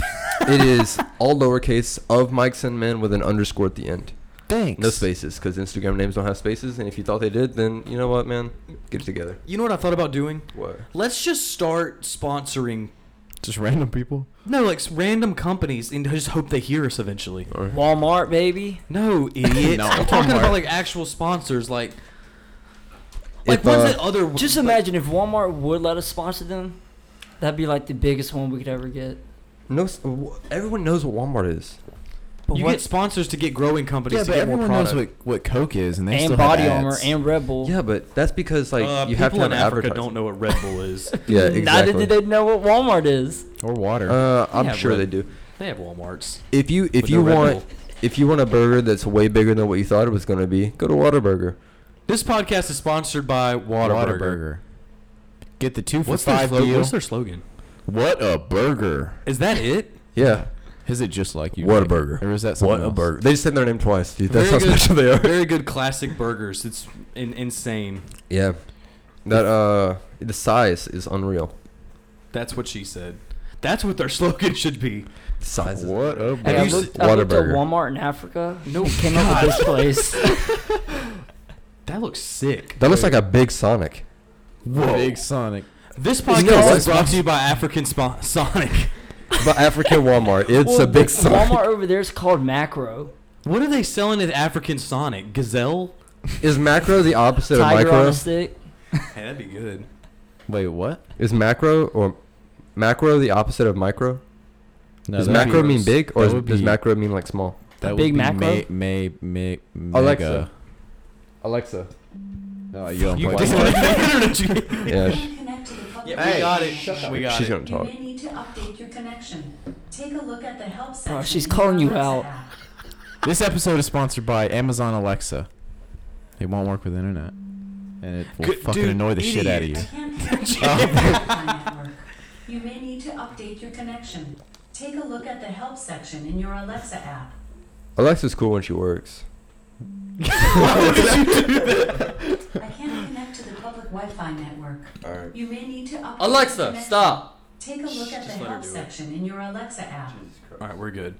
Speaker 2: it is all lowercase of Mike's and men with an underscore at the end.
Speaker 3: Thanks.
Speaker 2: No spaces because Instagram names don't have spaces and if you thought they did, then you know what, man, get it together.
Speaker 4: You know what I thought about doing?
Speaker 2: What?
Speaker 4: Let's just start sponsoring.
Speaker 3: Just random people.
Speaker 4: No, like s- random companies, and just hope they hear us eventually.
Speaker 5: Walmart, baby?
Speaker 4: No, idiot.
Speaker 3: No,
Speaker 4: I'm talking
Speaker 3: Walmart.
Speaker 4: about like actual sponsors, like like
Speaker 2: If,
Speaker 4: ones
Speaker 2: uh,
Speaker 4: that other.
Speaker 5: Just
Speaker 4: like-
Speaker 5: imagine if Walmart would let us sponsor them. That'd be like the biggest one we could ever get.
Speaker 2: No, s- w- everyone knows what Walmart is.
Speaker 5: But
Speaker 4: you
Speaker 5: what?
Speaker 4: get sponsors to get growing companies
Speaker 3: Yeah,
Speaker 4: to
Speaker 3: but
Speaker 4: get more
Speaker 3: everyone knows
Speaker 4: product.
Speaker 3: what, what Coke is, and they
Speaker 5: and
Speaker 3: still
Speaker 5: Body
Speaker 3: have
Speaker 5: Armor
Speaker 3: ads.
Speaker 5: and Red Bull.
Speaker 2: Yeah, but that's because like
Speaker 4: Uh,
Speaker 2: you have to
Speaker 4: people
Speaker 2: have
Speaker 4: in
Speaker 2: an
Speaker 4: Africa
Speaker 2: advertisement.
Speaker 4: don't know what Red Bull is.
Speaker 2: Yeah,
Speaker 5: Neither
Speaker 2: exactly.
Speaker 5: did they know what Walmart is.
Speaker 3: or water.
Speaker 2: Uh, I'm
Speaker 4: Yeah,
Speaker 2: sure
Speaker 4: but-
Speaker 2: they do.
Speaker 4: they have WalMarts.
Speaker 2: If you if
Speaker 4: But
Speaker 2: you
Speaker 4: no Red
Speaker 2: want
Speaker 4: Bull.
Speaker 2: if you want a burger that's way bigger than what you thought it was going to be, go to Whataburger.
Speaker 4: This podcast is sponsored by Waterburger.
Speaker 3: Waterburger. Get the two for
Speaker 4: What's their
Speaker 3: five
Speaker 4: slogan?
Speaker 3: deal.
Speaker 4: What's their slogan?
Speaker 3: What a burger!
Speaker 4: Is that it?
Speaker 2: Yeah,
Speaker 3: Is it just like you? Nick?
Speaker 2: Whataburger.
Speaker 3: Or is that something else?
Speaker 2: They just said their name twice, dude. That's
Speaker 4: Very
Speaker 2: how
Speaker 4: good-
Speaker 2: special they are.
Speaker 4: Very good classic burgers. It's in, insane.
Speaker 2: Yeah, that uh, the size is unreal.
Speaker 4: That's what she said. That's what their slogan should be.
Speaker 2: The size. Is
Speaker 3: What a
Speaker 5: Hey, I,
Speaker 2: you
Speaker 3: burger!
Speaker 5: looked, I looked at
Speaker 2: Whataburger.
Speaker 5: Walmart in Africa.
Speaker 4: No,
Speaker 5: and came up with this place.
Speaker 4: That looks sick.
Speaker 2: That looks like a big Sonic.
Speaker 3: Whoa. Big Sonic.
Speaker 4: This
Speaker 2: Isn't
Speaker 4: podcast
Speaker 2: that
Speaker 4: is
Speaker 2: right?
Speaker 4: brought to you by African Spo- Sonic.
Speaker 2: But African Walmart, it's
Speaker 5: Well,
Speaker 2: a big
Speaker 5: the
Speaker 2: Sonic.
Speaker 5: Walmart over there is called Macro.
Speaker 4: What are they selling at African Sonic? Gazelle?
Speaker 2: Is macro the opposite of
Speaker 5: Tiger on
Speaker 2: micro?
Speaker 5: a stick.
Speaker 4: Hey, that'd be good.
Speaker 3: Wait, what?
Speaker 2: Is macro or macro the opposite of micro?
Speaker 3: No,
Speaker 2: does
Speaker 3: that would
Speaker 2: macro
Speaker 3: be-
Speaker 2: mean big or
Speaker 3: that
Speaker 2: is,
Speaker 3: would
Speaker 2: does
Speaker 3: be-
Speaker 2: macro mean like small?
Speaker 3: That would
Speaker 5: Big
Speaker 3: be
Speaker 5: Macro?
Speaker 3: May, may, may, mega.
Speaker 2: Alexa. Alexa.
Speaker 3: No, you don't
Speaker 4: You
Speaker 3: play
Speaker 4: disconnect the internet. you-
Speaker 2: Yeah,
Speaker 6: You
Speaker 2: sh-
Speaker 6: can connect to the public
Speaker 4: Yeah, we got it.
Speaker 6: internet.
Speaker 4: We got
Speaker 2: she's
Speaker 4: it.
Speaker 2: gonna
Speaker 6: You
Speaker 2: talk.
Speaker 6: may need to update your connection. Take a look at the help section.
Speaker 5: Bro, Oh, she's
Speaker 6: in your
Speaker 5: calling you
Speaker 6: Alexa
Speaker 5: out.
Speaker 6: app.
Speaker 3: This episode is sponsored by Amazon Alexa. It won't work with the internet, and it will
Speaker 4: Good
Speaker 3: fucking
Speaker 4: dude,
Speaker 3: annoy the shit out of
Speaker 6: I
Speaker 3: you.
Speaker 6: can't connect to the
Speaker 5: Oh.
Speaker 6: Wi-Fi network. You may need to update your connection. Take a look at the help section in your Alexa app.
Speaker 2: Alexa's cool when she works.
Speaker 6: I can't connect to the public Wi-Fi network. You may need to update. your
Speaker 5: Alexa,
Speaker 6: connection.
Speaker 5: stop.
Speaker 6: Take a look at
Speaker 4: Just let
Speaker 6: the
Speaker 4: her
Speaker 6: help
Speaker 4: do it.
Speaker 6: section in your Alexa app.
Speaker 4: All right, we're good.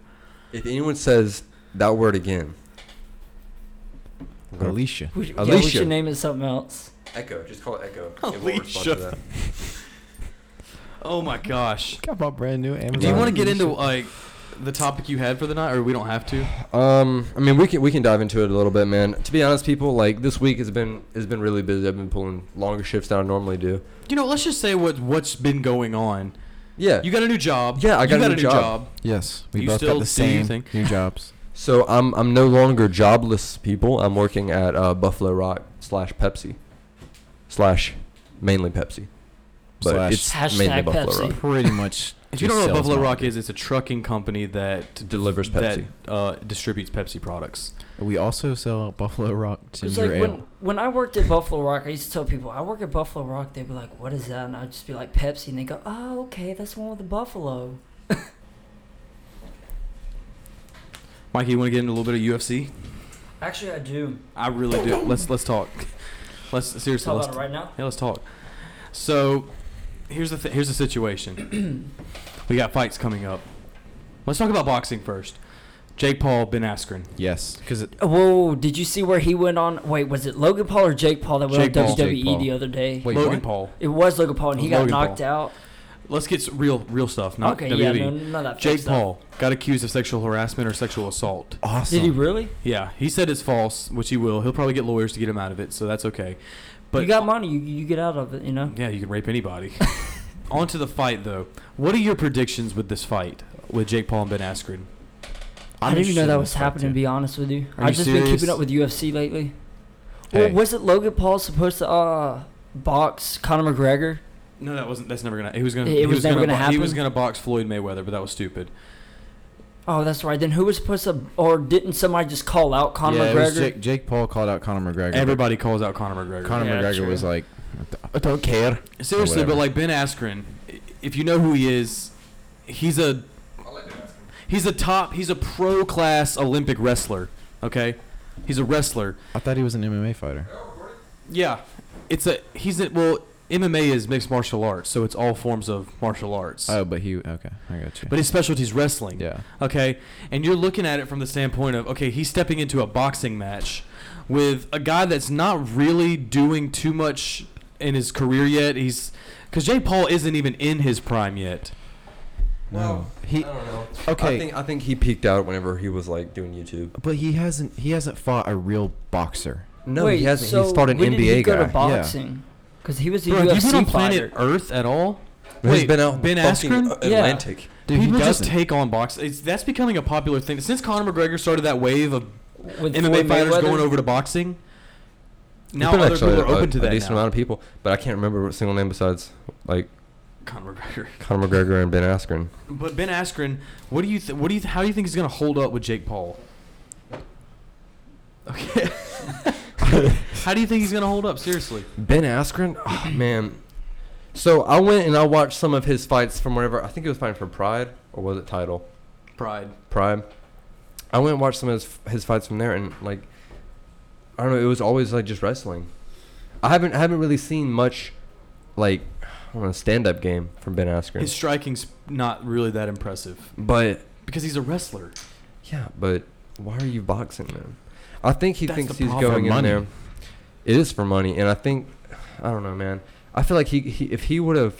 Speaker 2: If anyone says that word again,
Speaker 3: Alicia.
Speaker 5: We, yeah, we
Speaker 2: Alicia.
Speaker 5: should name it something else.
Speaker 2: Echo, just call it Echo.
Speaker 4: and we'll respond to Alicia. Oh my gosh.
Speaker 3: Got my brand new Amazon.
Speaker 4: Do you want to get into like the topic you had for the night, or we don't have to?
Speaker 2: Um, I mean, we can we can dive into it a little bit, man. To be honest, people, like this week has been has been really busy. I've been pulling longer shifts than I normally do.
Speaker 4: You know, let's just say what what's been going on.
Speaker 2: Yeah.
Speaker 4: You got a new job.
Speaker 2: Yeah, I
Speaker 4: You
Speaker 2: got a new job.
Speaker 3: Yes, we
Speaker 4: You
Speaker 3: both
Speaker 4: still
Speaker 3: got
Speaker 4: do
Speaker 3: the
Speaker 4: your
Speaker 3: same
Speaker 4: thing.
Speaker 3: new jobs.
Speaker 2: So I'm I'm no longer jobless, people. I'm working at uh, Buffalo Rock slash Pepsi, slash mainly Pepsi, but
Speaker 3: Slash
Speaker 2: it's
Speaker 5: Hashtag
Speaker 2: mainly Buffalo
Speaker 5: Pepsi.
Speaker 2: Rock.
Speaker 3: pretty much.
Speaker 4: If you
Speaker 3: just
Speaker 4: don't know what
Speaker 3: sells
Speaker 4: Buffalo Rock
Speaker 3: market.
Speaker 4: is, it's a trucking company that
Speaker 2: Delivers Pepsi.
Speaker 4: that uh, distributes Pepsi products.
Speaker 3: we also sell Buffalo Rock
Speaker 5: It's
Speaker 3: ginger
Speaker 5: like
Speaker 3: ale.
Speaker 5: when, when I worked at Buffalo Rock, I used to tell people, I work at Buffalo Rock. They'd be like, what is that? And I'd just be like, Pepsi. And they go, oh, okay, that's the one with the buffalo.
Speaker 4: Mikey, you want to get into a little bit of UFC?
Speaker 5: Actually, I do.
Speaker 4: I really do. Let's let's talk. Let's seriously
Speaker 5: Talk
Speaker 4: let's
Speaker 5: about it right now.
Speaker 4: yeah, let's talk. So here's the th- here's the situation. we got fights coming up. Let's talk about boxing first. Jake Paul, Ben Askren.
Speaker 3: yes, because
Speaker 5: Whoa, did you see where he went on? Wait, was it Logan Paul or Jake Paul that went
Speaker 4: Jake Paul.
Speaker 5: on WWE
Speaker 3: Jake Paul.
Speaker 5: the other day?
Speaker 3: Wait,
Speaker 4: Logan
Speaker 3: what?
Speaker 4: Paul.
Speaker 5: It was Logan Paul, and he got
Speaker 4: Logan Paul.
Speaker 5: knocked out.
Speaker 4: Let's get s- real real stuff. Not
Speaker 5: okay,
Speaker 4: WWE.
Speaker 5: yeah, no, none of that. fake
Speaker 4: Jake
Speaker 5: stuff.
Speaker 4: Paul got accused of sexual harassment or sexual assault.
Speaker 3: awesome.
Speaker 5: Did he really?
Speaker 4: Yeah, he said it's false, which he will. He'll probably get lawyers to get him out of it, so that's okay. But
Speaker 5: you got money, you, you get out of it, you know.
Speaker 4: yeah, you can rape anybody. On to the fight, though. What are your predictions with this fight with Jake Paul and Ben Askren?
Speaker 5: I didn't even know that was happening. To be honest with you,
Speaker 3: Are
Speaker 5: I've
Speaker 3: you
Speaker 5: just been
Speaker 3: serious?
Speaker 5: keeping up with UFC lately.
Speaker 3: Hey.
Speaker 5: Well, was it Logan Paul supposed to uh, box Conor McGregor?
Speaker 4: No, that wasn't. That's never gonna. He was gonna.
Speaker 5: It
Speaker 4: he
Speaker 5: was
Speaker 4: was
Speaker 5: never
Speaker 4: gonna,
Speaker 5: gonna
Speaker 4: bo- He was
Speaker 5: happen?
Speaker 4: gonna box Floyd Mayweather, but that was stupid.
Speaker 5: Oh, that's right. Then who was supposed to, or didn't somebody just call out Conor
Speaker 3: Conor yeah, McGregor. It was
Speaker 5: McGregor?
Speaker 3: Jake, Jake Paul called out Conor McGregor.
Speaker 4: Everybody calls out Conor McGregor.
Speaker 3: Conor
Speaker 5: Yeah,
Speaker 3: McGregor
Speaker 5: true.
Speaker 3: was like, I don't care.
Speaker 4: Seriously,
Speaker 3: Or whatever.
Speaker 4: but like Ben Askren, i- if you know who he is, he's a he's a top. He's a pro class Olympic wrestler. Okay, he's a wrestler.
Speaker 3: I thought he was an MMA fighter.
Speaker 4: Yeah, it's a he's a well MMA is mixed martial arts, so it's all forms of martial arts.
Speaker 3: Oh, but he okay. I got you.
Speaker 4: but his specialty is wrestling.
Speaker 3: yeah,
Speaker 4: Okay, and you're looking at it from the standpoint of okay, he's stepping into a boxing match with a guy that's not really doing too much in his career yet. He's because Jake Paul isn't even in his prime yet.
Speaker 2: Well, he. I don't know.
Speaker 3: Okay.
Speaker 2: I think I think he peaked out whenever he was like doing YouTube.
Speaker 3: but he hasn't he hasn't fought a real boxer.
Speaker 2: No,
Speaker 5: Wait,
Speaker 2: he hasn't.
Speaker 5: So
Speaker 2: he's fought an
Speaker 5: when
Speaker 2: NBA
Speaker 5: did he go
Speaker 2: guy.
Speaker 5: to
Speaker 3: yeah.
Speaker 5: boxing? Because he was a
Speaker 4: Bro, have you
Speaker 5: UFC
Speaker 4: been on
Speaker 5: fighter.
Speaker 4: planet Earth at all?
Speaker 2: he's been out Uh,
Speaker 4: Ben
Speaker 2: fucking
Speaker 4: Askren.
Speaker 5: Yeah.
Speaker 2: Atlantic.
Speaker 3: Dude, he
Speaker 4: People just
Speaker 3: doesn't.
Speaker 4: take on boxing. It's, that's becoming a popular thing since Conor McGregor started that wave of
Speaker 5: With
Speaker 4: MMA
Speaker 5: Floyd
Speaker 4: fighters
Speaker 5: Mayweather?
Speaker 4: going over to boxing. Now
Speaker 2: There's been
Speaker 4: other people
Speaker 2: actually
Speaker 4: are
Speaker 2: a-
Speaker 4: open to
Speaker 2: a
Speaker 4: that.
Speaker 2: decent
Speaker 4: now.
Speaker 2: amount of people, but I can't remember what single name besides like
Speaker 4: Conor McGregor.
Speaker 2: Conor McGregor and Ben Askren.
Speaker 4: But Ben Askren, what do you th- what do you th- how do you think he's gonna hold up with Jake Paul? Okay. how do you think he's gonna hold up? Seriously.
Speaker 2: Ben Askren, oh, man. So I went and I watched some of his fights from wherever I think he was fighting for Pride or was it Title
Speaker 4: Pride.
Speaker 2: Pride. I went and watched some of his, his fights from there, and like I don't know, it was always like just wrestling. I haven't I haven't really seen much like I don't know stand up game from Ben Askren,
Speaker 4: His striking's not really that impressive
Speaker 2: but
Speaker 4: because he's a wrestler.
Speaker 2: Yeah, but why are you boxing them? I think he
Speaker 4: That's
Speaker 2: thinks
Speaker 4: the
Speaker 2: he's
Speaker 4: problem.
Speaker 2: going
Speaker 3: For
Speaker 2: in
Speaker 3: money.
Speaker 2: there. It is for money, and I think I don't know, man. I feel like he, he if he would have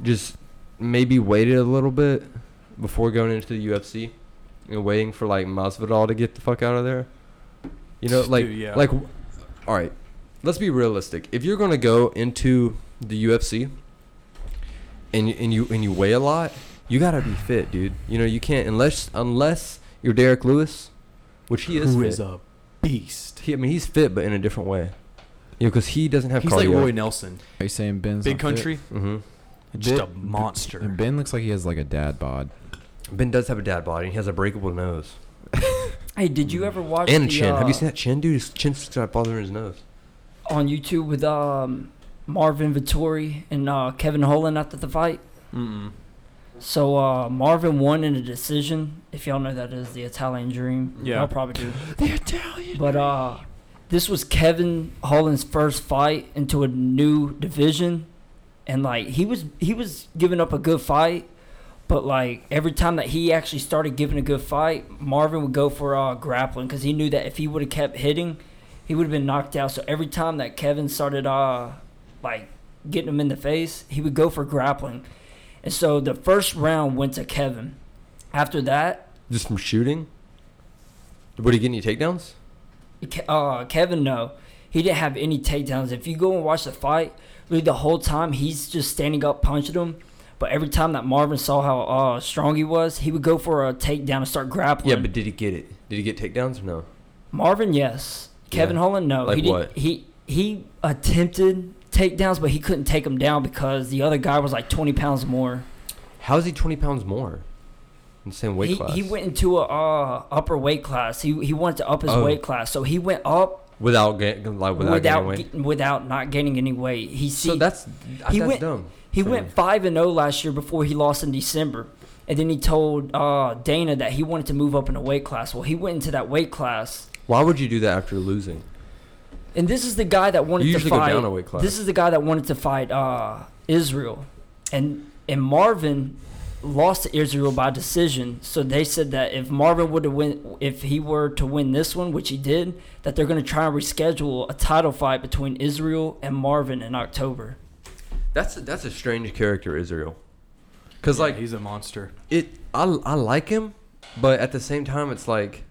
Speaker 2: just maybe waited a little bit before going into the UFC and waiting for like Masvidal to get the fuck out of there. You know, like
Speaker 4: Dude, yeah.
Speaker 2: like all right. Let's be realistic. If you're going to go into the UFC and you- and you and you weigh a lot, you got to be fit, dude. You know, you can't unless unless you're Derek Lewis, which he is
Speaker 4: Who
Speaker 2: fit.
Speaker 4: is a beast.
Speaker 2: He, I mean, he's fit but in a different way. You know, cuz he doesn't have
Speaker 4: He's like
Speaker 2: cardio.
Speaker 4: Roy Nelson.
Speaker 3: Are you saying Ben's
Speaker 4: Big
Speaker 3: not fit?
Speaker 4: country.
Speaker 2: Mhm.
Speaker 4: Just a
Speaker 3: Bit-
Speaker 4: monster.
Speaker 3: And Ben looks like he has like a dad bod.
Speaker 2: Ben does have a dad body. He has a breakable nose
Speaker 5: Hey, did you ever watch
Speaker 2: and a
Speaker 5: the,
Speaker 2: chin. Have you
Speaker 5: uh,
Speaker 2: seen that chin, dude? His chin sticks out farther than his nose.
Speaker 5: on YouTube with um, Marvin Vittori and uh, Kevin Holland after the fight.
Speaker 4: Mm-mm.
Speaker 5: So uh, Marvin won in a decision. If y'all know that is the Italian Dream,
Speaker 4: Yeah.
Speaker 5: y'all probably do. the Italian. But uh, this was Kevin Holland's first fight into a new division, and like he was he was giving up a good fight, but like every time that he actually started giving a good fight, Marvin would go for uh, grappling because he knew that if he would have kept hitting, he would have been knocked out. So every time that Kevin started uh, like getting him in the face, he would go for grappling. And so the first round went to Kevin. After that,
Speaker 2: Just from shooting? What are you getting any takedowns?
Speaker 5: Ke- uh, Kevin, no, he didn't have any takedowns. If you go and watch the fight, really the whole time he's just standing up punching him. But every time that Marvin saw how uh, strong he was, he would go for a takedown and start grappling.
Speaker 2: Yeah, but did he get it? Did he get takedowns or no?
Speaker 5: Marvin, yes. Kevin
Speaker 2: Yeah.
Speaker 5: Holland, no.
Speaker 2: Like
Speaker 5: he didn't-
Speaker 2: what?
Speaker 5: He he attempted takedowns, but he couldn't take him down because the other guy was like twenty pounds more.
Speaker 2: How is he 20 pounds more? In the same weight
Speaker 5: he,
Speaker 2: class.
Speaker 5: he went into a uh, upper weight class. He he wanted to up his
Speaker 2: Oh.
Speaker 5: weight class, so he went up
Speaker 2: without getting like without,
Speaker 5: without
Speaker 2: getting weight.
Speaker 5: ge- without not gaining any weight. He see,
Speaker 2: so that's
Speaker 5: he
Speaker 2: that's
Speaker 5: went-
Speaker 2: dumb.
Speaker 5: he
Speaker 2: for
Speaker 5: went
Speaker 2: me.
Speaker 5: five and zero last year before he lost in December, and then he told uh, Dana that he wanted to move up in a weight class. Well, he went into that weight class,
Speaker 2: Why would you do that after losing?
Speaker 5: and this is the guy that wanted
Speaker 2: You
Speaker 5: to
Speaker 2: usually go
Speaker 5: fight.
Speaker 2: down a weight class.
Speaker 5: This is the guy that wanted to fight uh, Israel, and and Marvin lost to Israel by decision. So they said that if Marvin would have win, if he were to win this one, which he did, that they're going to try and reschedule a title fight between Israel and Marvin in October.
Speaker 2: That's that's a strange character, Israel. Cause
Speaker 4: Yeah,
Speaker 2: like
Speaker 4: he's a monster.
Speaker 2: it, I I like him, but at the same time, it's like,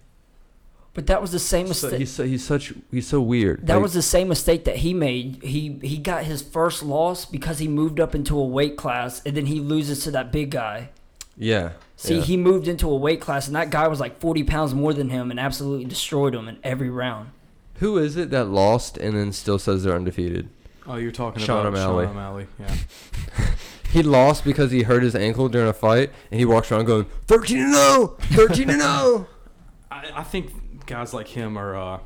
Speaker 5: But that was the same
Speaker 2: So
Speaker 5: mistake.
Speaker 2: he's, so, he's such he's so weird.
Speaker 5: That
Speaker 2: Like,
Speaker 5: was the same mistake that he made. He he got his first loss because he moved up into a weight class, and then he loses to that big guy.
Speaker 2: yeah.
Speaker 5: See,
Speaker 2: yeah.
Speaker 5: he moved into a weight class, and that guy was like forty pounds more than him, and absolutely destroyed him in every round.
Speaker 2: Who is it that lost and then still says they're undefeated?
Speaker 4: Oh, you're talking
Speaker 2: Sean
Speaker 4: about
Speaker 2: O'Malley.
Speaker 4: Sean O'Malley. Yeah.
Speaker 2: He lost because he hurt his ankle during a fight and he walks around going 13 and 0, 13 and oh. 0.
Speaker 4: I, I think guys like him are uh,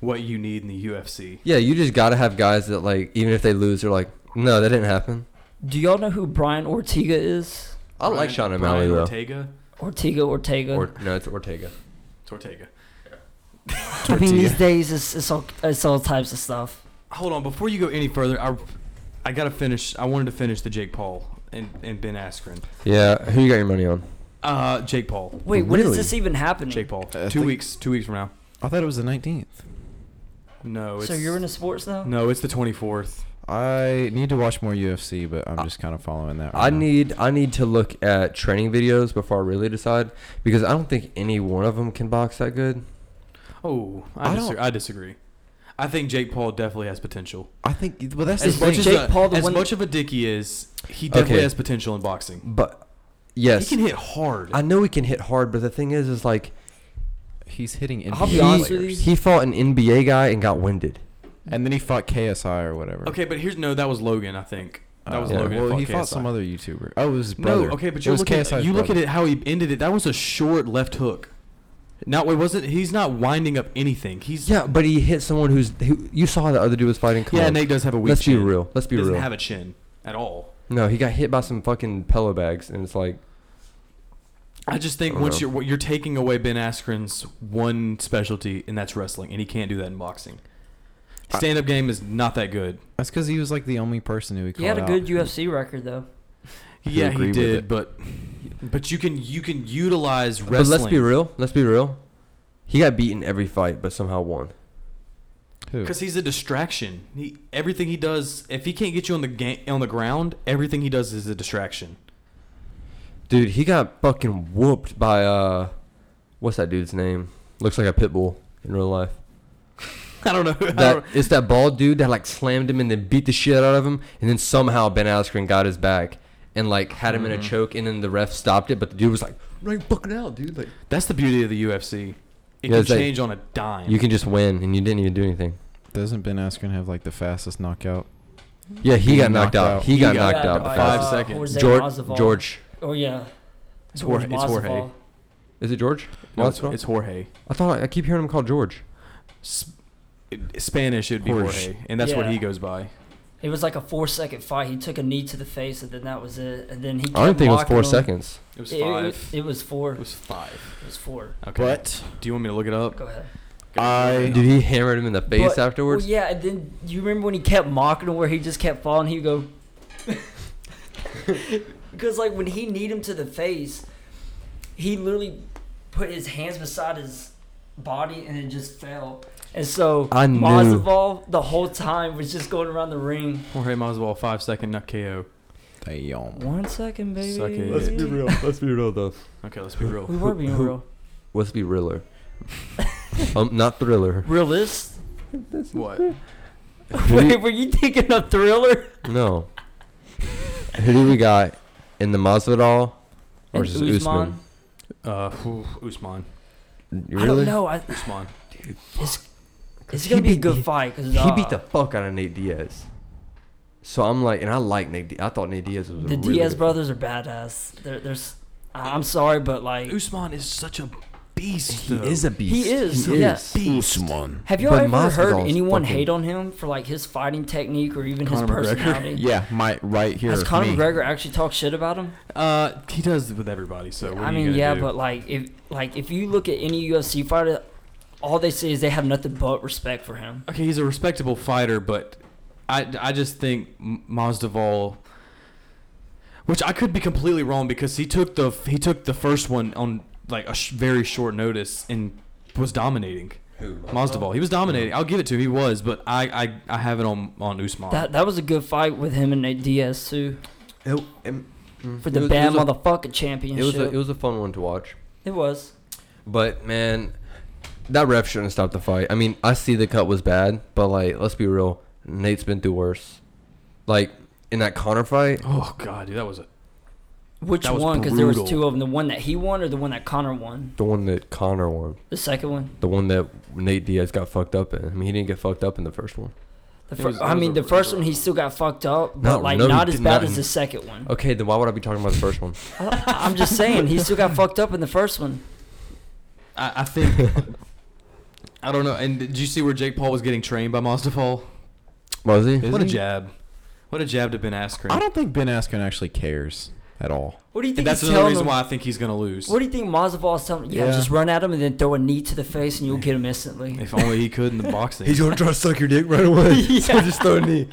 Speaker 4: what you need in the UFC.
Speaker 2: Yeah, you just got to have guys that like even if they lose they're like, "No, that didn't happen."
Speaker 5: Do y'all know who Brian Ortega is?
Speaker 2: I like Sean
Speaker 4: Brian-
Speaker 2: O'Malley
Speaker 4: Brian
Speaker 2: though.
Speaker 4: Ortega.
Speaker 5: Ortega, Ortega.
Speaker 2: Or no, it's Ortega.
Speaker 4: Tortega.
Speaker 5: I mean, these
Speaker 3: Tortilla.
Speaker 5: days it's, it's all it's all types of stuff.
Speaker 4: Hold on, before you go any further, I I gotta finish. I wanted to finish the Jake Paul and, and Ben Askren.
Speaker 2: Yeah, who you got your money on?
Speaker 4: Uh, Jake Paul.
Speaker 5: Wait, when is
Speaker 2: Really?
Speaker 5: this even happening?
Speaker 4: Jake Paul.
Speaker 3: I
Speaker 4: two
Speaker 3: think-
Speaker 4: weeks. Two weeks from now.
Speaker 3: I thought it was the 19th.
Speaker 4: No. It's,
Speaker 5: So you're into sports now?
Speaker 4: No, it's the 24th.
Speaker 3: I need to watch more UFC, but I'm just kind of following that.
Speaker 2: I
Speaker 3: now.
Speaker 2: need I need to look at training videos before I really decide because I don't think any one of them can box that good.
Speaker 4: Oh, I,
Speaker 3: I don't-
Speaker 4: disagree. I disagree. I think Jake Paul definitely has potential.
Speaker 3: I think. Well, that's
Speaker 5: As
Speaker 3: the
Speaker 5: much
Speaker 3: thing.
Speaker 5: as Jake
Speaker 4: a-
Speaker 5: Paul, the
Speaker 4: as
Speaker 5: one-
Speaker 4: much of a dick he is, he definitely
Speaker 2: Okay.
Speaker 4: has potential in boxing.
Speaker 2: But yes,
Speaker 4: He can hit hard.
Speaker 2: I know he can hit hard, but the thing is is like
Speaker 3: he's hitting NBA
Speaker 5: I'll be
Speaker 2: he,
Speaker 5: honest with
Speaker 3: players.
Speaker 5: you.
Speaker 2: he fought an NBA guy and got winded.
Speaker 3: And then he fought KSI or whatever.
Speaker 4: okay, but here's no. That was Logan. I think that
Speaker 3: Uh,
Speaker 4: was
Speaker 2: yeah.
Speaker 4: Logan.
Speaker 3: Well,
Speaker 4: that
Speaker 3: he fought
Speaker 4: KSI.
Speaker 3: some other YouTuber. Oh, it was his
Speaker 4: No,
Speaker 3: brother.
Speaker 4: okay, but
Speaker 3: it
Speaker 4: you
Speaker 3: was
Speaker 4: look at
Speaker 3: KSI's
Speaker 4: you look at
Speaker 3: brother.
Speaker 4: it how he ended it. That was a short left hook. Now it wasn't. He's not winding up anything. He's
Speaker 2: Yeah, but he hit someone who's who, you saw the other dude was fighting. Come
Speaker 4: yeah.
Speaker 2: on.
Speaker 4: Nate does have a weak.
Speaker 2: Let's
Speaker 4: chin.
Speaker 2: be real. Let's be
Speaker 4: doesn't
Speaker 2: real.
Speaker 4: have a chin at all.
Speaker 2: no, he got hit by some fucking pillow bags, and it's like
Speaker 4: I just think
Speaker 2: I don't
Speaker 4: once
Speaker 2: know.
Speaker 4: you're you're taking away Ben Askren's one specialty, and that's wrestling, and he can't do that in boxing.
Speaker 3: I-
Speaker 4: Stand up game is not that good.
Speaker 3: That's because he was like the only person who he
Speaker 5: He
Speaker 3: called
Speaker 5: had a
Speaker 3: out.
Speaker 5: good UFC record though.
Speaker 3: Who
Speaker 4: Yeah,
Speaker 3: agree
Speaker 4: he
Speaker 3: with
Speaker 4: did,
Speaker 3: it.
Speaker 4: but but you can you can utilize
Speaker 2: But
Speaker 4: wrestling.
Speaker 2: let's be real. Let's be real. He got beat in every fight, but somehow won.
Speaker 3: Who?
Speaker 4: Because he's a distraction. He, everything he does, if he can't get you on the ga- on the ground, everything he does is a distraction.
Speaker 2: Dude, he got fucking whooped by uh, what's that dude's name? Looks like a pit bull in real life.
Speaker 4: I don't know. I
Speaker 2: That
Speaker 4: don't-
Speaker 2: it's that bald dude that like slammed him and then beat the shit out of him, and then somehow Ben Askren got his back and like had him in a choke, and then the ref stopped it, but the dude was like, "Right fucking out, dude!" Like
Speaker 4: that's the beauty of the UFC.
Speaker 2: Yeah,
Speaker 4: It can
Speaker 2: it's like-
Speaker 4: change on a dime.
Speaker 2: you can just win, and you didn't even do anything.
Speaker 3: Doesn't Ben Askren have like the fastest knockout?
Speaker 2: Yeah, he,
Speaker 3: He
Speaker 2: got knocked,
Speaker 3: knocked
Speaker 2: out.
Speaker 3: out.
Speaker 2: He,
Speaker 4: He
Speaker 2: got,
Speaker 4: got
Speaker 2: knocked out.
Speaker 4: knocked
Speaker 2: the
Speaker 4: out.
Speaker 2: fastest.
Speaker 4: Five seconds.
Speaker 5: Jorge
Speaker 2: George,
Speaker 5: Masvidal.
Speaker 2: George,
Speaker 5: Oh yeah.
Speaker 4: It's Jorge- it's Jorge.
Speaker 5: Masvidal.
Speaker 2: is it George?
Speaker 4: No, it's,
Speaker 2: Masvidal?
Speaker 4: it's Jorge.
Speaker 2: I thought I keep hearing him called George.
Speaker 4: S- it- Spanish, it'd be
Speaker 3: Jorge.
Speaker 4: Jorge, and that's what
Speaker 5: Yeah.
Speaker 4: he goes by.
Speaker 5: It was like a four second fight. He took a knee to the face, and then that was it. And then he.
Speaker 2: I don't
Speaker 5: kept
Speaker 2: think it was
Speaker 5: mocking
Speaker 2: four
Speaker 5: him.
Speaker 2: seconds.
Speaker 4: It was
Speaker 5: It, it,
Speaker 4: five.
Speaker 5: it was four.
Speaker 4: It was five.
Speaker 5: It was four.
Speaker 4: Okay.
Speaker 3: But
Speaker 4: Do you want me to look it up?
Speaker 5: Go ahead.
Speaker 3: I
Speaker 2: Did he hammer him in the face
Speaker 5: But-
Speaker 2: afterwards?
Speaker 5: Well, yeah, and then you remember when he kept mocking him, where he just kept falling. He'd go. Because like when he kneed him to the face, he literally put his hands beside his body and it just fell. And so
Speaker 2: I knew.
Speaker 5: Masvidal the whole time was just going around the ring.
Speaker 4: Jorge Masvidal, five second nut KO.
Speaker 3: damn.
Speaker 5: One second, baby.
Speaker 4: Suck it. Let's be
Speaker 2: Let's be real though.
Speaker 4: Okay, let's be real.
Speaker 5: We were being
Speaker 2: Who-
Speaker 5: real.
Speaker 2: Let's be realer. um, not thriller.
Speaker 5: Realist?
Speaker 4: what?
Speaker 5: Wait, were you thinking a thriller?
Speaker 2: No. Who do we got in the Masvidal versus
Speaker 5: And
Speaker 2: Usman?
Speaker 4: Uh, whew, Usman.
Speaker 2: Really?
Speaker 5: I don't know. I,
Speaker 4: Usman.
Speaker 5: it's it's
Speaker 2: He
Speaker 5: gonna be a
Speaker 2: beat-
Speaker 5: good
Speaker 2: he-
Speaker 5: fight uh, because
Speaker 2: He beat the fuck out of Nate Diaz. So I'm like, and I like Nate. Diaz. I thought Nate Diaz was a
Speaker 5: The
Speaker 2: really
Speaker 5: Diaz
Speaker 2: good-
Speaker 5: brothers are badass. They're, there's, I'm sorry, but like,
Speaker 4: Usman is such a beast.
Speaker 2: He
Speaker 4: though.
Speaker 2: is a beast.
Speaker 5: He is,
Speaker 2: He
Speaker 5: yeah.
Speaker 2: is.
Speaker 3: Usman.
Speaker 5: have y'all
Speaker 2: But
Speaker 5: ever heard
Speaker 2: Masvidal's
Speaker 5: anyone
Speaker 2: fucking-
Speaker 5: hate on him for like his fighting technique or even his
Speaker 4: Conor McGregor.
Speaker 5: personality?
Speaker 3: Yeah, my right here.
Speaker 5: Has Conor
Speaker 3: me.
Speaker 5: McGregor actually talked shit about him?
Speaker 4: Uh, he does with everybody. So what
Speaker 5: I
Speaker 4: are you
Speaker 5: mean,
Speaker 4: gonna
Speaker 5: yeah,
Speaker 4: do?
Speaker 5: but like, if like if you look at any UFC fighter, all they say is they have nothing but respect for him.
Speaker 4: okay, he's a respectable fighter, but I, I just think M- Mazdeval, which I could be completely wrong because he took the he took the first one on like a sh- very short notice and was dominating.
Speaker 2: Who?
Speaker 4: Mazdeval, he was dominating. I'll give it to him, he was, but I I, I have it on on Usman.
Speaker 5: That that was a good fight with him and Nate Diaz too
Speaker 2: It, it- mm,
Speaker 5: for
Speaker 2: it
Speaker 5: the
Speaker 2: was-
Speaker 5: bad
Speaker 2: it was a-
Speaker 5: motherfucking
Speaker 2: It was
Speaker 5: championship.
Speaker 2: a, it was a fun one to watch,
Speaker 5: It was.
Speaker 2: but man, that ref shouldn't have stopped the fight. I mean, I see the cut was bad, but like, let's be real. Nate's been through worse. Like in that Connor fight,
Speaker 4: Oh god, dude, that was a
Speaker 5: Which
Speaker 4: That was
Speaker 5: one? Because there was
Speaker 4: brutal.
Speaker 5: two of them. The one that he won or the one that Connor won?
Speaker 2: the one that Connor won,
Speaker 5: The second one?
Speaker 2: the one that Nate Diaz got fucked up in. I mean, he didn't get fucked up in the first one.
Speaker 5: The
Speaker 4: It
Speaker 5: fir-
Speaker 4: was- it
Speaker 5: I
Speaker 4: was
Speaker 5: mean,
Speaker 4: a-
Speaker 5: the first one he still got fucked up, but
Speaker 2: No,
Speaker 5: like
Speaker 2: no, he
Speaker 5: not as
Speaker 2: did
Speaker 5: bad
Speaker 2: not.
Speaker 5: as the second one.
Speaker 2: Okay, then why would I be talking about the first one?
Speaker 5: I'm just saying he still got fucked up in the first one.
Speaker 4: I, I think I don't know. And did you see where Jake Paul was getting trained by Mostafal?
Speaker 2: Was he?
Speaker 4: What a
Speaker 3: he?
Speaker 4: jab! What a jab to Ben Askren.
Speaker 3: I don't think Ben Askren actually cares at all.
Speaker 5: What do you think?
Speaker 4: And that's
Speaker 5: he's
Speaker 4: another
Speaker 5: telling
Speaker 4: reason
Speaker 5: him?
Speaker 4: why I think he's gonna lose.
Speaker 5: What do you think Mazepal is telling? Yeah,
Speaker 3: Yeah.
Speaker 5: just run at him and then throw a knee to the face and you'll get him instantly.
Speaker 4: If only he could in the boxing.
Speaker 2: He's gonna try to suck your dick right away. So just throw a knee.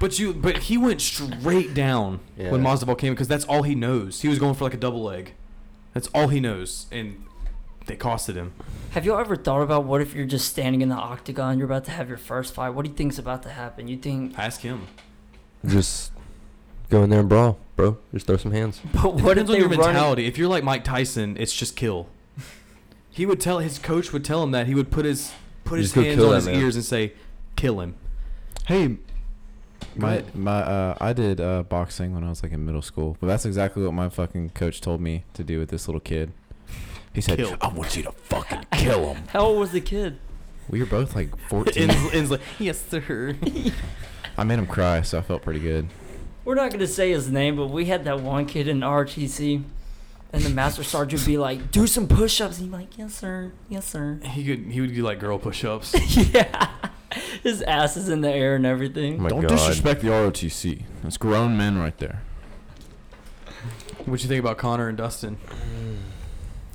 Speaker 4: but you, but he went straight down
Speaker 2: Yeah.
Speaker 4: when Mazdabal came because that's all he knows. He was going for like a double leg. That's all he knows, and they costed him.
Speaker 5: Have you all ever thought about what if you're just standing in the octagon, you're about to have your first fight? What do you think's about to happen? You think,
Speaker 4: Ask him.
Speaker 2: Just go in there and brawl, bro. Just throw some hands.
Speaker 5: but
Speaker 4: It
Speaker 5: what if
Speaker 4: depends on
Speaker 5: they
Speaker 4: your
Speaker 5: run?
Speaker 4: mentality. If you're like Mike Tyson, it's just kill. He would tell his coach would tell him that he would put his put
Speaker 2: Just
Speaker 4: his
Speaker 2: go
Speaker 4: hands
Speaker 2: kill
Speaker 4: on
Speaker 2: that
Speaker 4: his
Speaker 2: man.
Speaker 4: ears and say, "Kill him."
Speaker 3: Hey, my
Speaker 4: ahead.
Speaker 3: my uh, I did uh, boxing when I was like in middle school, but that's exactly what my fucking coach told me to do with this little kid. He said,
Speaker 4: Kill.
Speaker 3: "I want you to fucking kill him."
Speaker 5: How old was the kid?
Speaker 3: We were both like fourteen.
Speaker 4: Ends, ends like, yes, sir.
Speaker 3: I made him cry, so I felt pretty good.
Speaker 5: We're not gonna say his name, but we had that one kid in RTC, and the master sergeant would be like, "Do some push-ups," and he'd be like, "Yes, sir. Yes, sir."
Speaker 4: He could he would do like girl push-ups.
Speaker 5: yeah, his ass is in the air and everything.
Speaker 2: my God.
Speaker 3: the ROTC. That's grown men right there.
Speaker 4: what you think about Connor and Dustin?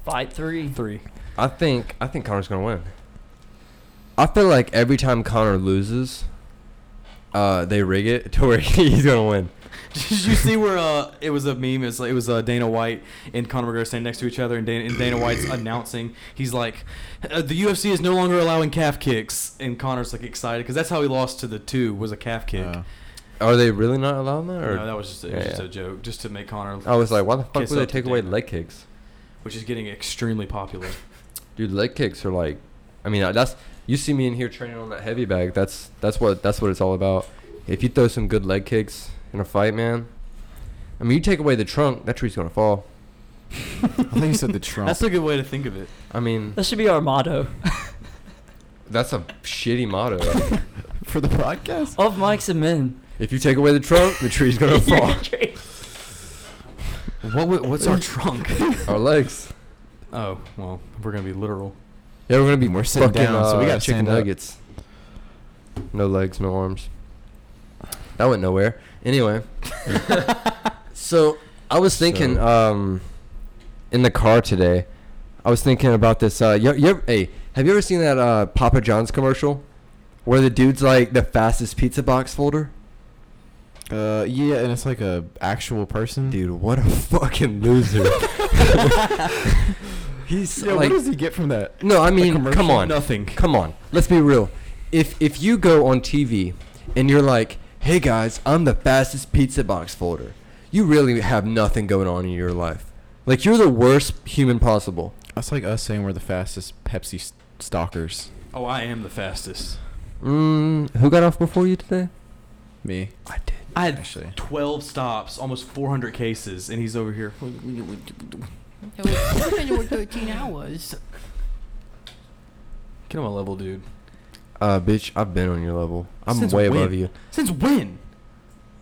Speaker 5: Fight three.
Speaker 4: Three.
Speaker 2: I think I think Connor's gonna win. I feel like every time Connor loses, uh, they rig it to where he's gonna win.
Speaker 4: Did you see where uh, it was a meme? It's it was uh, Dana White and Conor McGregor standing next to each other, and Dana, and Dana White's announcing he's like, uh, "The UFC is no longer allowing calf kicks," and Conor's like excited because that's how he lost to the two was a calf kick.
Speaker 3: Uh,
Speaker 2: Are they really not allowing that? Or
Speaker 4: no, that was just, a, it was
Speaker 2: Yeah,
Speaker 4: just
Speaker 2: yeah.
Speaker 4: a joke, just to make Conor,
Speaker 2: I was like, why the fuck
Speaker 4: Kiss
Speaker 2: would they
Speaker 4: up to
Speaker 2: take away
Speaker 4: Dana.
Speaker 2: leg kicks?
Speaker 4: which is getting extremely popular.
Speaker 2: Dude, leg kicks are like, I mean, uh, that's you see me in here training on that heavy bag. That's that's what that's what it's all about. If you throw some good leg kicks in a fight, man. I mean, you take away the trunk, that tree's gonna fall.
Speaker 3: I think he said the Trump.
Speaker 4: That's a good way to think of it.
Speaker 2: I mean,
Speaker 5: That should be our motto.
Speaker 2: that's a shitty motto.
Speaker 3: for the podcast.
Speaker 5: Of Mike's and men.
Speaker 2: if you take away the trunk, the tree's gonna fall.
Speaker 4: What w- what's our trunk?
Speaker 2: Our legs.
Speaker 4: oh well, we're gonna be literal.
Speaker 2: Yeah, we're gonna be
Speaker 3: We're
Speaker 2: we're
Speaker 3: sitting
Speaker 2: fucking
Speaker 3: down, so
Speaker 2: uh,
Speaker 3: we gotta
Speaker 2: chicken
Speaker 3: stand up.
Speaker 2: nuggets. No legs, no arms. That went nowhere. Anyway, so I was thinking
Speaker 3: So-
Speaker 2: um, in the car today. I was thinking about this. Uh, you, you ever, hey, have you ever seen that uh, Papa John's commercial where the dude's like the fastest pizza box folder?
Speaker 3: Uh, yeah, and it's like a actual person.
Speaker 2: Dude, what a fucking loser. He's
Speaker 3: yeah, what
Speaker 2: like,
Speaker 3: does he get from that?
Speaker 2: no, I mean,
Speaker 3: commercial?
Speaker 2: come on.
Speaker 4: Nothing.
Speaker 2: Come on, let's be real. If if you go on TV and you're like, "Hey guys, I'm the fastest pizza box folder," you really have nothing going on in your life. Like you're the worst human possible.
Speaker 3: That's like us saying we're the fastest Pepsi s- stalkers.
Speaker 4: Oh, I am the fastest.
Speaker 2: Mm, who got off before you today?
Speaker 3: Me,
Speaker 2: I did.
Speaker 4: I had
Speaker 3: actually.
Speaker 4: 12 stops, almost 400 cases, and he's over here.
Speaker 7: It was, it was 13 hours.
Speaker 4: Get on my level, dude.
Speaker 2: Uh, bitch, I've been on your level. I'm
Speaker 4: Since
Speaker 2: way
Speaker 4: when?
Speaker 2: above you.
Speaker 4: Since when?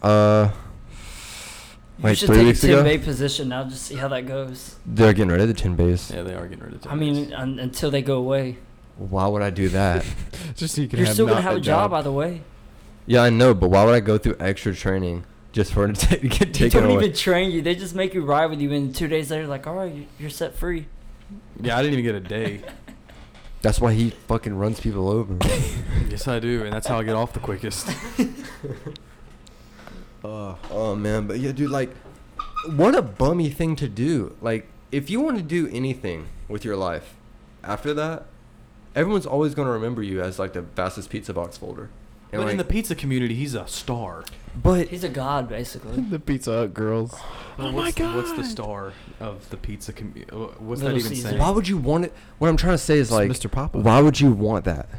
Speaker 2: Uh,
Speaker 5: you
Speaker 2: Like
Speaker 5: should
Speaker 2: three
Speaker 5: take
Speaker 2: weeks
Speaker 5: a 10
Speaker 2: ago?
Speaker 5: bay position now, just see how that goes.
Speaker 2: they're getting rid of the ten base.
Speaker 4: Yeah, they are getting rid of.
Speaker 5: I mean, un- until they go away.
Speaker 2: Why would I do that?
Speaker 3: Just so you can
Speaker 5: You're
Speaker 3: have
Speaker 5: still going to
Speaker 3: not
Speaker 5: have a job, by the way.
Speaker 2: yeah, I know, but why would I go through extra training just for it to take, get
Speaker 5: They
Speaker 2: taken
Speaker 5: don't
Speaker 2: away?
Speaker 5: even train you. They just make you ride with you, and two days later, like, all right, you- you're set free.
Speaker 4: yeah, I didn't even get a day.
Speaker 2: That's why he fucking runs people over.
Speaker 4: yes, I do, and that's how I get off the quickest.
Speaker 2: Uh, oh man, but yeah, dude, like, what a bummy thing to do. Like, if you want to do anything with your life, after that, everyone's always gonna remember you as like the fastest pizza box folder. And
Speaker 4: but in the
Speaker 2: like-
Speaker 4: pizza community, he's a star.
Speaker 2: but
Speaker 5: He's a god, basically.
Speaker 3: the Pizza Hut girls.
Speaker 4: Oh my god! What's the star of the pizza community? What's
Speaker 5: Little
Speaker 4: that even
Speaker 5: Caesar.
Speaker 4: saying?
Speaker 2: Why would you want it? What I'm trying to say is
Speaker 3: It's
Speaker 2: like,
Speaker 3: Mr. Papa.
Speaker 2: why would you want that?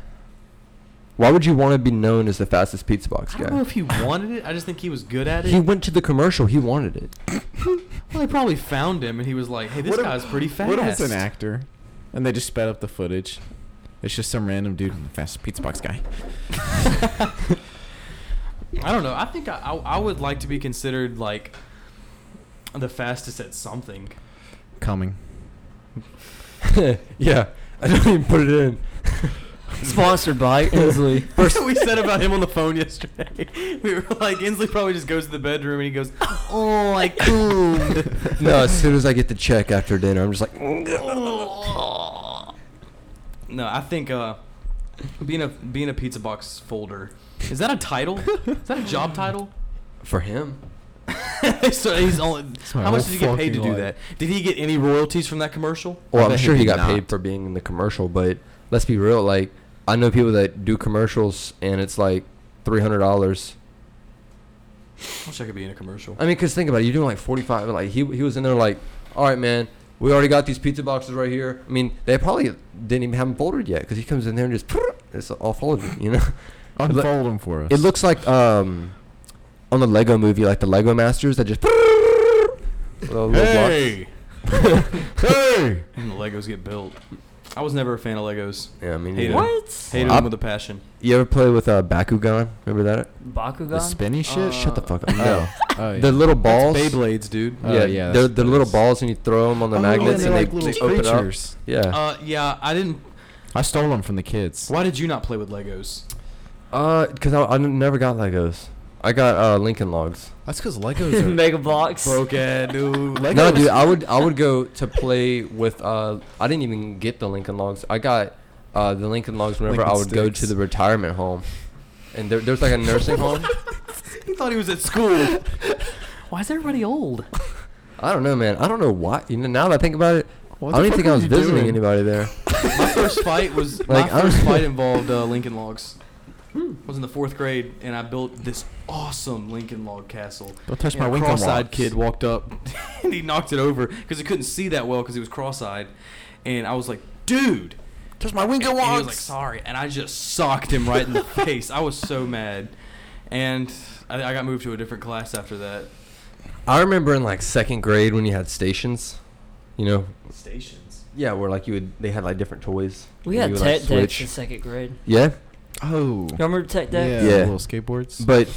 Speaker 2: Why would you want to be known as the fastest pizza box
Speaker 4: I don't know
Speaker 2: guy?
Speaker 4: if he wanted it. I just think he was good at it.
Speaker 2: He went to the commercial. He wanted it.
Speaker 4: well, they probably found him, and he was like, "Hey, this
Speaker 3: What if-
Speaker 4: guy's pretty fast."
Speaker 3: What if it's an actor? And they just sped up the footage. It's just some random dude in the fast pizza box guy.
Speaker 4: I don't know. I think I, I, I would like to be considered like the fastest at something.
Speaker 3: Coming.
Speaker 2: yeah, I don't even put it in.
Speaker 5: Sponsored by Inslee.
Speaker 4: First we said about him on the phone yesterday. We were like, Inslee probably just goes to the bedroom and he goes, "Oh, I coom."
Speaker 2: No, as soon as I get the check after dinner, I'm just like,
Speaker 4: no, I think uh, being a being a pizza box folder is that a title? is that a job title?
Speaker 2: for him,
Speaker 4: so he's only.
Speaker 3: my
Speaker 4: How much
Speaker 3: whole
Speaker 4: did he get paid to
Speaker 3: fucking
Speaker 4: do
Speaker 3: life.
Speaker 4: that? Did he get any royalties from that commercial?
Speaker 2: Well,
Speaker 3: I
Speaker 2: I'm
Speaker 3: bet he
Speaker 2: sure he
Speaker 3: did
Speaker 2: got
Speaker 3: not.
Speaker 2: paid for being in the commercial, but let's be real. Like, I know people that do commercials, and it's like three hundred dollars.
Speaker 4: I wish I could be in a commercial.
Speaker 2: I mean, cause think about it. You're doing like forty five. Like he he was in there like, all right, man. We already got these pizza boxes right here. I mean, they probably didn't even have them folded yet, cause he comes in there and just it's all folded. You know, It loo-
Speaker 3: Unfold them for us.
Speaker 2: it looks like um, on the Lego movie, like the Lego Masters that just. with all the little blocks.
Speaker 4: Hey,
Speaker 3: Hey!
Speaker 4: and the Legos get built. I was never a fan of Legos.
Speaker 2: Yeah, I mean,
Speaker 4: Hey,
Speaker 2: you,
Speaker 4: what? Hated
Speaker 2: Well, I-
Speaker 4: them with a passion.
Speaker 2: you ever play with uh, Bakugan? Remember that?
Speaker 3: The
Speaker 5: Bakugan?
Speaker 3: spinny shit?
Speaker 4: Uh,
Speaker 2: Shut the fuck up.
Speaker 3: oh. oh, yeah.
Speaker 2: The little balls.
Speaker 4: That's Beyblades, dude.
Speaker 3: Oh,
Speaker 2: yeah,
Speaker 3: yeah,
Speaker 2: They're,
Speaker 3: that's-
Speaker 2: they're little
Speaker 3: that's-
Speaker 2: balls, and you throw them on the
Speaker 3: Oh, yeah,
Speaker 2: magnets,
Speaker 3: they're
Speaker 2: and they,
Speaker 3: like little
Speaker 2: they open up.
Speaker 3: creatures.
Speaker 2: Yeah.
Speaker 4: Uh, yeah, I didn't.
Speaker 3: I stole them from the kids.
Speaker 4: Why did you not play with Legos?
Speaker 2: Uh, because I, I n- never got Legos. I got uh Lincoln Logs.
Speaker 3: That's because Legos are.
Speaker 5: Mega blocks.
Speaker 4: ass dude.
Speaker 3: Legos.
Speaker 2: No, dude, I would I would go to play with uh. I didn't even get the Lincoln Logs. I got uh the Lincoln Logs whenever
Speaker 3: Lincoln
Speaker 2: I would go to
Speaker 3: Sticks.
Speaker 2: the retirement home, and there, there's like a nursing home.
Speaker 4: He thought he was at school. Why is everybody old?
Speaker 2: I don't know, man. I don't know why. You know, now that I think about it,
Speaker 3: What
Speaker 2: I
Speaker 3: the
Speaker 2: don't even
Speaker 3: fuck
Speaker 2: think I
Speaker 3: are
Speaker 2: was
Speaker 3: you
Speaker 2: visiting
Speaker 3: doing?
Speaker 2: anybody there.
Speaker 4: My first fight was
Speaker 2: Like,
Speaker 4: my
Speaker 2: I
Speaker 4: first
Speaker 2: don't-
Speaker 4: fight involved uh, Lincoln Logs. was in the fourth grade, and I built this awesome Lincoln Log castle.
Speaker 3: Don't touch
Speaker 4: And
Speaker 3: my
Speaker 4: a
Speaker 3: Lincoln
Speaker 4: cross-eyed
Speaker 3: Logs.
Speaker 4: kid walked up, and he knocked it over because he couldn't see that well because he was cross-eyed, and I was like, "Dude!"
Speaker 3: Touch my Wingo
Speaker 4: And he was like, "Sorry," and I just socked him right in the face. I was so mad, and I, I got moved to a different class after that.
Speaker 2: I remember in like second grade when you had stations, you know.
Speaker 4: Stations.
Speaker 2: Yeah, where like you would they had like different toys.
Speaker 5: We
Speaker 2: and
Speaker 5: had
Speaker 2: you would,
Speaker 5: tech
Speaker 2: switch.
Speaker 5: decks in second grade.
Speaker 2: Yeah,
Speaker 3: Oh.
Speaker 5: You remember tech
Speaker 3: Yeah,
Speaker 5: decks?
Speaker 2: Yeah.
Speaker 3: Little skateboards.
Speaker 2: but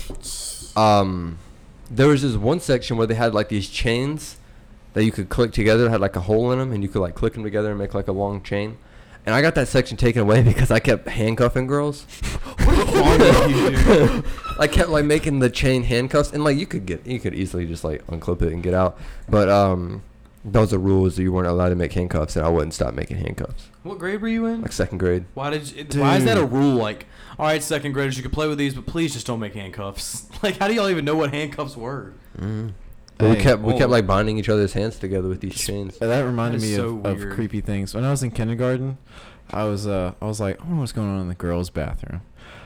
Speaker 2: um, there was this one section where they had like these chains that you could click together. Had like a hole in them, and you could like click them together and make like a long chain. And I got that section taken away because I kept handcuffing girls. I kept like making the chain handcuffs, and like you could get, you could easily just like unclip it and get out. But um, that was the rule is that you weren't allowed to make handcuffs, and I wouldn't stop making handcuffs.
Speaker 4: What grade were you in?
Speaker 2: Like second grade.
Speaker 4: Why did you, it- why is that a rule? Like, all right, second graders, you can play with these, but please just don't make handcuffs. Like, how do y'all even know what handcuffs were?
Speaker 2: Mm. But we
Speaker 3: Hey,
Speaker 2: kept we
Speaker 4: whoa.
Speaker 2: kept like binding each other's hands together with these chains.
Speaker 3: Uh, That reminded
Speaker 4: That
Speaker 3: me
Speaker 4: is
Speaker 3: of,
Speaker 4: so
Speaker 3: of
Speaker 4: weird.
Speaker 3: creepy things. When I was in kindergarten, I was uh, I was like, I wonder what's going on in the girls' bathroom.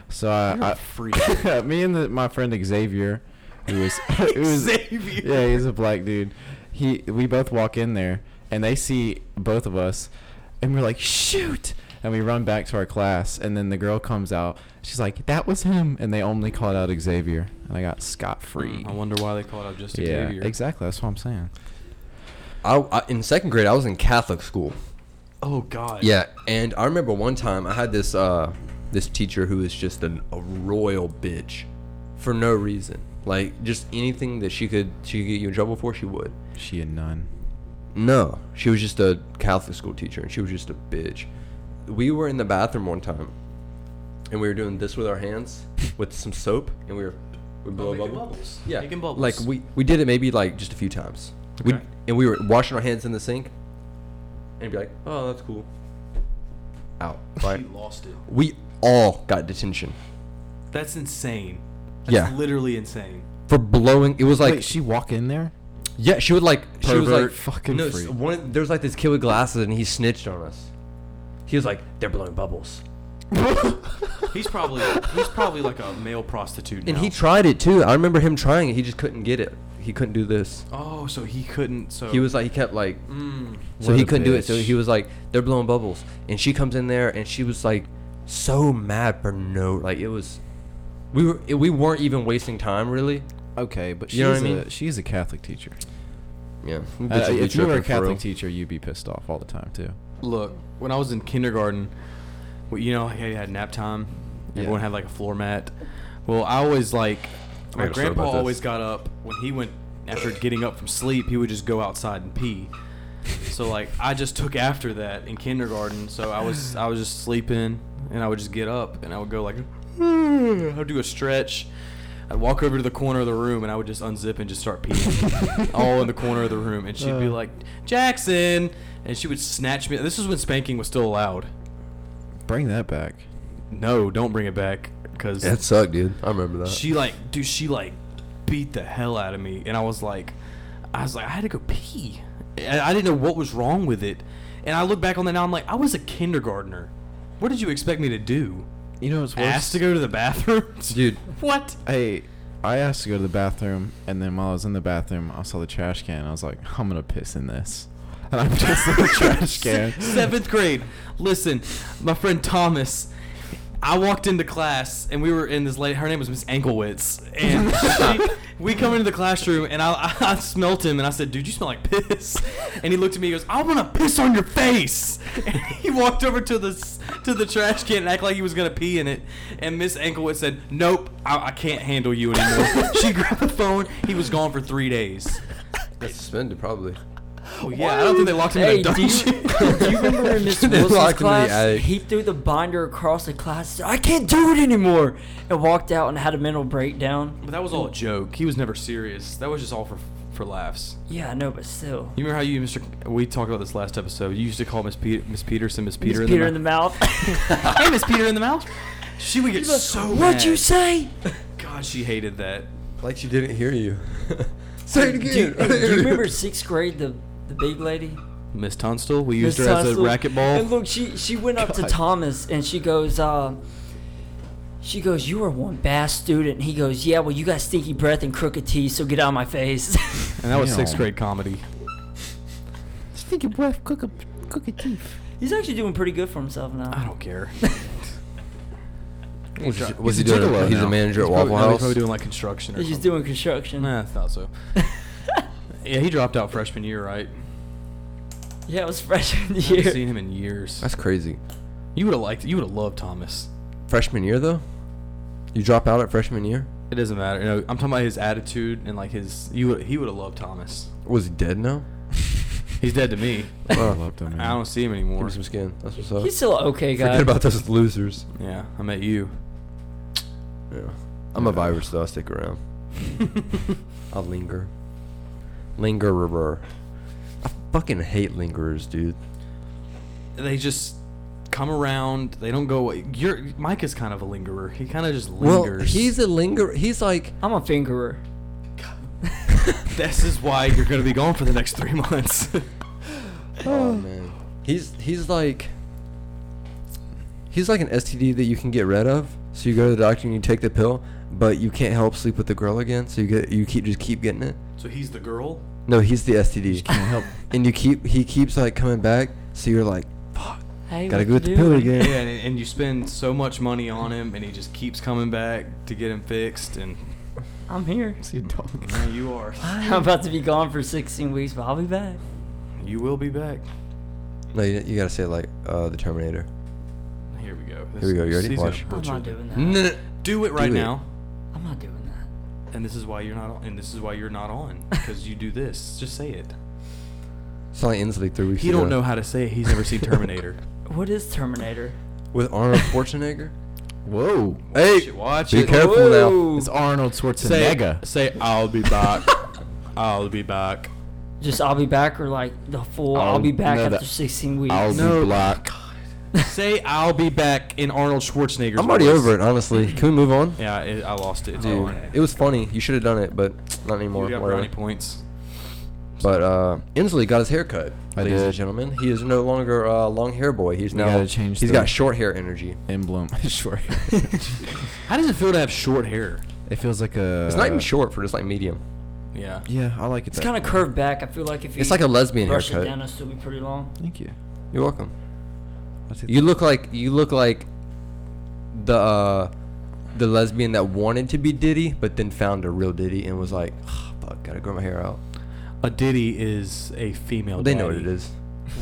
Speaker 3: So
Speaker 4: You're a
Speaker 3: I,
Speaker 4: freak.
Speaker 3: I me and the, my friend Xavier, who was, who was
Speaker 4: Xavier.
Speaker 3: yeah, he's a black dude. He we both walk in there and they see both of us, and we're like, shoot. And we run back to our class, and then the girl comes out. She's like, "That was him," and they only called out Xavier, and I got scot free.
Speaker 4: Mm, I wonder why they called out just
Speaker 3: yeah,
Speaker 4: Xavier.
Speaker 3: exactly. That's what I'm saying.
Speaker 2: I, I in second grade I was in Catholic school.
Speaker 4: Oh God.
Speaker 2: Yeah, and I remember one time I had this uh this teacher who was just an, a royal bitch for no reason. Like just anything that she could she could get you in trouble for, she would.
Speaker 3: She and none.
Speaker 2: No, she was just a Catholic school teacher, and she was just a bitch. We were in the bathroom one time, and we were doing this with our hands with some soap, and we were we blow a
Speaker 4: making
Speaker 2: bubble.
Speaker 4: bubbles.
Speaker 2: Yeah,
Speaker 4: Making bubbles.
Speaker 2: Like we we did it maybe like just a few times. We
Speaker 4: Okay.
Speaker 2: and we were washing our hands in the sink, and be like, oh, that's cool. Out. Right.
Speaker 4: She lost it.
Speaker 2: we all got detention
Speaker 4: That's insane. That's
Speaker 2: Yeah.
Speaker 4: Literally insane.
Speaker 2: for blowing. It was like
Speaker 3: Wait, she walk in there?
Speaker 2: Yeah, she would like she was like
Speaker 3: Pervert fucking
Speaker 2: no,
Speaker 3: freak.
Speaker 2: One, there was like this kid with glasses, and he snitched on us. He was like, "They're blowing bubbles,"
Speaker 4: He's probably he's probably like a male prostitute now.
Speaker 2: And he tried it too. I remember him trying it. He just couldn't get it. He couldn't do this.
Speaker 4: oh, so he couldn't. So
Speaker 2: He was like, he kept like,
Speaker 4: Mm,
Speaker 2: so
Speaker 3: What
Speaker 2: he
Speaker 3: a
Speaker 2: couldn't do it. So
Speaker 3: bitch.
Speaker 2: he was like, they're blowing bubbles, and she comes in there, and she was like, so mad for no, like it was, we were we weren't even wasting time really.
Speaker 3: Okay, but she's
Speaker 2: You know what I mean?
Speaker 3: a she's a Catholic teacher.
Speaker 2: Yeah.
Speaker 3: Uh, if you were a Catholic teacher, you'd be pissed off all the time too.
Speaker 4: look when I was in kindergarten. Well, you know, I had nap time.
Speaker 3: Yeah.
Speaker 4: Everyone had like a floor mat. Well, I always like
Speaker 2: I
Speaker 4: my
Speaker 2: got a story
Speaker 4: grandpa
Speaker 2: about this.
Speaker 4: always got up when he went after getting up from sleep. He would just go outside and pee. So like I just took after that in kindergarten. So I was I was just sleeping and I would just get up and I would go like "Hmm," I'd do a stretch. I'd walk over to the corner of the room and I would just unzip and just start peeing all in the corner of the room. And she'd be like, Jackson! And she would snatch me. This is when spanking was still allowed.
Speaker 3: Bring that back.
Speaker 4: No, don't bring it back. Because
Speaker 2: That sucked, dude. I remember that.
Speaker 4: she like, dude, she like beat the hell out of me, and I was like, I was like, I had to go pee. And I didn't know what was wrong with it, and I look back on that now. I'm like, I was a kindergartner. What did you expect me to do?
Speaker 3: You know what's worse?
Speaker 4: Ask to go to the bathroom,
Speaker 2: Dude,
Speaker 4: What?
Speaker 3: Hey, I asked to go to the bathroom, and then while I was in the bathroom, I saw the trash can. and I was like, I'm gonna piss in this, and I pissed in the trash can.
Speaker 4: Seventh grade. Listen, my friend Thomas. I walked into class and we were in this lady. Her name was Miss Anklewitz, and she, we come into the classroom and I, I, smelt him and I said, "Dude, you smell like piss." And he looked at me. He goes, "I want to piss on your face." And he walked over to the s- to the trash can and acted like he was gonna pee in it. And Miss Anklewitz said, "Nope, I, I can't handle you anymore." she grabbed the phone. He was gone for three days.
Speaker 2: got suspended probably.
Speaker 4: Oh yeah, I don't think they locked him in
Speaker 5: Hey,
Speaker 4: a
Speaker 5: do you,
Speaker 4: dungeon.
Speaker 5: do you remember in Miss
Speaker 2: They
Speaker 5: Wilson's
Speaker 2: locked him in the
Speaker 5: class?
Speaker 2: attic.
Speaker 5: He threw the binder across the class. Said, I can't do it anymore, and walked out and had a mental breakdown.
Speaker 4: But that was all a joke. He was never serious. That was just all for for laughs.
Speaker 5: Yeah, I know, but still.
Speaker 4: You remember how you, Mr. We talked about this last episode. You used to call Miss Pe- Miss Peterson Miss
Speaker 5: Miss
Speaker 4: Peter,
Speaker 5: Peter in
Speaker 4: the
Speaker 5: the
Speaker 4: mouth.
Speaker 5: mouth.
Speaker 4: hey, Miss Peter in the mouth. She would get so mad.
Speaker 5: What'd you say?
Speaker 4: God, she hated that.
Speaker 2: Like she didn't hear you. Say it
Speaker 5: Do
Speaker 2: again.
Speaker 5: you, hey, do you remember sixth grade? The the big lady.
Speaker 4: Miss Tunstall. We used
Speaker 5: Miss
Speaker 4: her as a
Speaker 5: Tunstall.
Speaker 4: racquetball.
Speaker 5: And look, she she went up to Thomas and she goes, uh, she goes, you are one bad student. And he goes, yeah, well, you got stinky breath and crooked teeth, so get out of my face.
Speaker 4: and that was
Speaker 3: Damn.
Speaker 4: sixth grade comedy.
Speaker 7: Stinky breath, cook a, cook a teeth.
Speaker 5: He's actually doing pretty good for himself now.
Speaker 4: I don't care.
Speaker 2: What's he,
Speaker 3: a
Speaker 2: doing?
Speaker 3: gigolo
Speaker 2: he's
Speaker 3: now.
Speaker 2: a manager at
Speaker 4: He's probably,
Speaker 2: Waffle
Speaker 4: no, he's
Speaker 2: House.
Speaker 4: probably doing like construction or
Speaker 5: He's just
Speaker 4: something.
Speaker 5: doing construction.
Speaker 4: Nah, I thought so. yeah, he dropped out freshman year, right?
Speaker 5: Yeah, it was freshman
Speaker 4: I haven't
Speaker 5: year.
Speaker 4: seen him in years.
Speaker 2: That's crazy.
Speaker 4: You would have liked. You would have loved Thomas.
Speaker 2: Freshman year though, you drop out at freshman year.
Speaker 4: It doesn't matter. No, I'm talking about his attitude and like his. You would- he would have loved Thomas.
Speaker 2: Was he dead now?
Speaker 4: He's dead to me.
Speaker 3: I
Speaker 2: Oh.
Speaker 3: loved him.
Speaker 4: I
Speaker 3: Man.
Speaker 4: don't see him
Speaker 2: Give
Speaker 4: anymore.
Speaker 2: me some skin. That's what's up.
Speaker 5: He's still an okay guy.
Speaker 2: Forget about those losers.
Speaker 4: Yeah, I met you.
Speaker 2: Yeah. I'm a virus though. I stick around. I'll linger. Lingerer. I fucking hate lingerers, dude.
Speaker 4: They just come around. They don't go. away. You're Mike is kind of a lingerer. He kind of just
Speaker 2: Well,
Speaker 4: lingers.
Speaker 2: he's a linger. He's like
Speaker 5: I'm a fingerer.
Speaker 4: This is why you're gonna be gone for the next three months.
Speaker 2: Oh man. He's he's like he's like an STD that you can get rid of. So you go to the doctor and you take the pill, but you can't help sleep with the girl again. So you get you keep just keep getting it.
Speaker 4: so he's the girl.
Speaker 2: No, he's the STD,
Speaker 3: Help.
Speaker 2: and you keep he keeps like coming back. So you're like, fuck,
Speaker 5: Hey,
Speaker 2: gotta
Speaker 5: what
Speaker 2: go with
Speaker 5: you
Speaker 2: the pill
Speaker 5: doing?
Speaker 4: Yeah,
Speaker 2: again.
Speaker 4: and, and you spend so much money on him, and he just keeps coming back to get him fixed. And
Speaker 5: I'm here.
Speaker 3: See a dog.
Speaker 4: there you are.
Speaker 5: I'm about to be gone for 16 weeks, but I'll be back.
Speaker 4: You will be back.
Speaker 2: No, you, you gotta say like uh, the Terminator.
Speaker 4: Here we go.
Speaker 2: Here we go, you ready?
Speaker 4: he's gonna
Speaker 2: Watch.
Speaker 5: I'm
Speaker 4: butcher
Speaker 5: not
Speaker 4: this.
Speaker 5: doing that.
Speaker 2: No,
Speaker 4: Do it right
Speaker 2: Do it.
Speaker 4: now.
Speaker 5: I'm not doing that.
Speaker 4: And this is why you're not on. And this is why you're not on because you do this. Just say it.
Speaker 2: it's like Inslee three weeks
Speaker 4: He
Speaker 2: ago.
Speaker 4: don't know how to say it. He's never seen Terminator.
Speaker 5: What is Terminator?
Speaker 2: With Arnold Schwarzenegger.
Speaker 3: Whoa.
Speaker 2: hey,
Speaker 4: Shit, watch
Speaker 2: be
Speaker 4: it.
Speaker 2: careful now.
Speaker 3: It's Arnold Schwarzenegger.
Speaker 4: say I'll be back. I'll be back.
Speaker 5: Just I'll be back or like the full I'll,
Speaker 3: I'll-
Speaker 5: be back
Speaker 3: no,
Speaker 5: after
Speaker 3: that-
Speaker 5: 16 weeks.
Speaker 3: I'll
Speaker 2: No.
Speaker 3: be black.
Speaker 4: say I'll be back in Arnold Schwarzenegger's.
Speaker 2: I'm already
Speaker 4: voice.
Speaker 2: over it, honestly. Can we move on?
Speaker 4: Yeah, it, I lost it. It's
Speaker 2: Dude,
Speaker 4: gone.
Speaker 2: it was funny. You should have done it, but not anymore.
Speaker 4: You got
Speaker 2: Whatever.
Speaker 4: brownie points.
Speaker 2: But uh, Inslee got his hair cut,
Speaker 3: I
Speaker 2: ladies and
Speaker 3: did.
Speaker 2: gentlemen. He is no longer uh, long hair boy. He's
Speaker 3: We
Speaker 2: now
Speaker 3: gotta change
Speaker 2: He's
Speaker 3: the-
Speaker 2: got short hair energy.
Speaker 3: Emblem. sure.
Speaker 4: How does it feel to have short hair?
Speaker 3: It feels like a.
Speaker 2: It's not even short for just like medium.
Speaker 4: Yeah.
Speaker 3: Yeah, I like it.
Speaker 5: It's kind of curved back. I feel like if you
Speaker 2: It's like a lesbian
Speaker 5: brush it
Speaker 2: haircut.
Speaker 5: down, it'll still be pretty long.
Speaker 3: Thank you.
Speaker 2: You're welcome.
Speaker 3: I'll take
Speaker 2: You look like you look like the uh, the lesbian that wanted to be Diddy, but then found a real Diddy and was like, oh, "Fuck, gotta grow my hair out."
Speaker 4: A ditty is a female.
Speaker 2: they know what it
Speaker 4: daddy.
Speaker 2: is.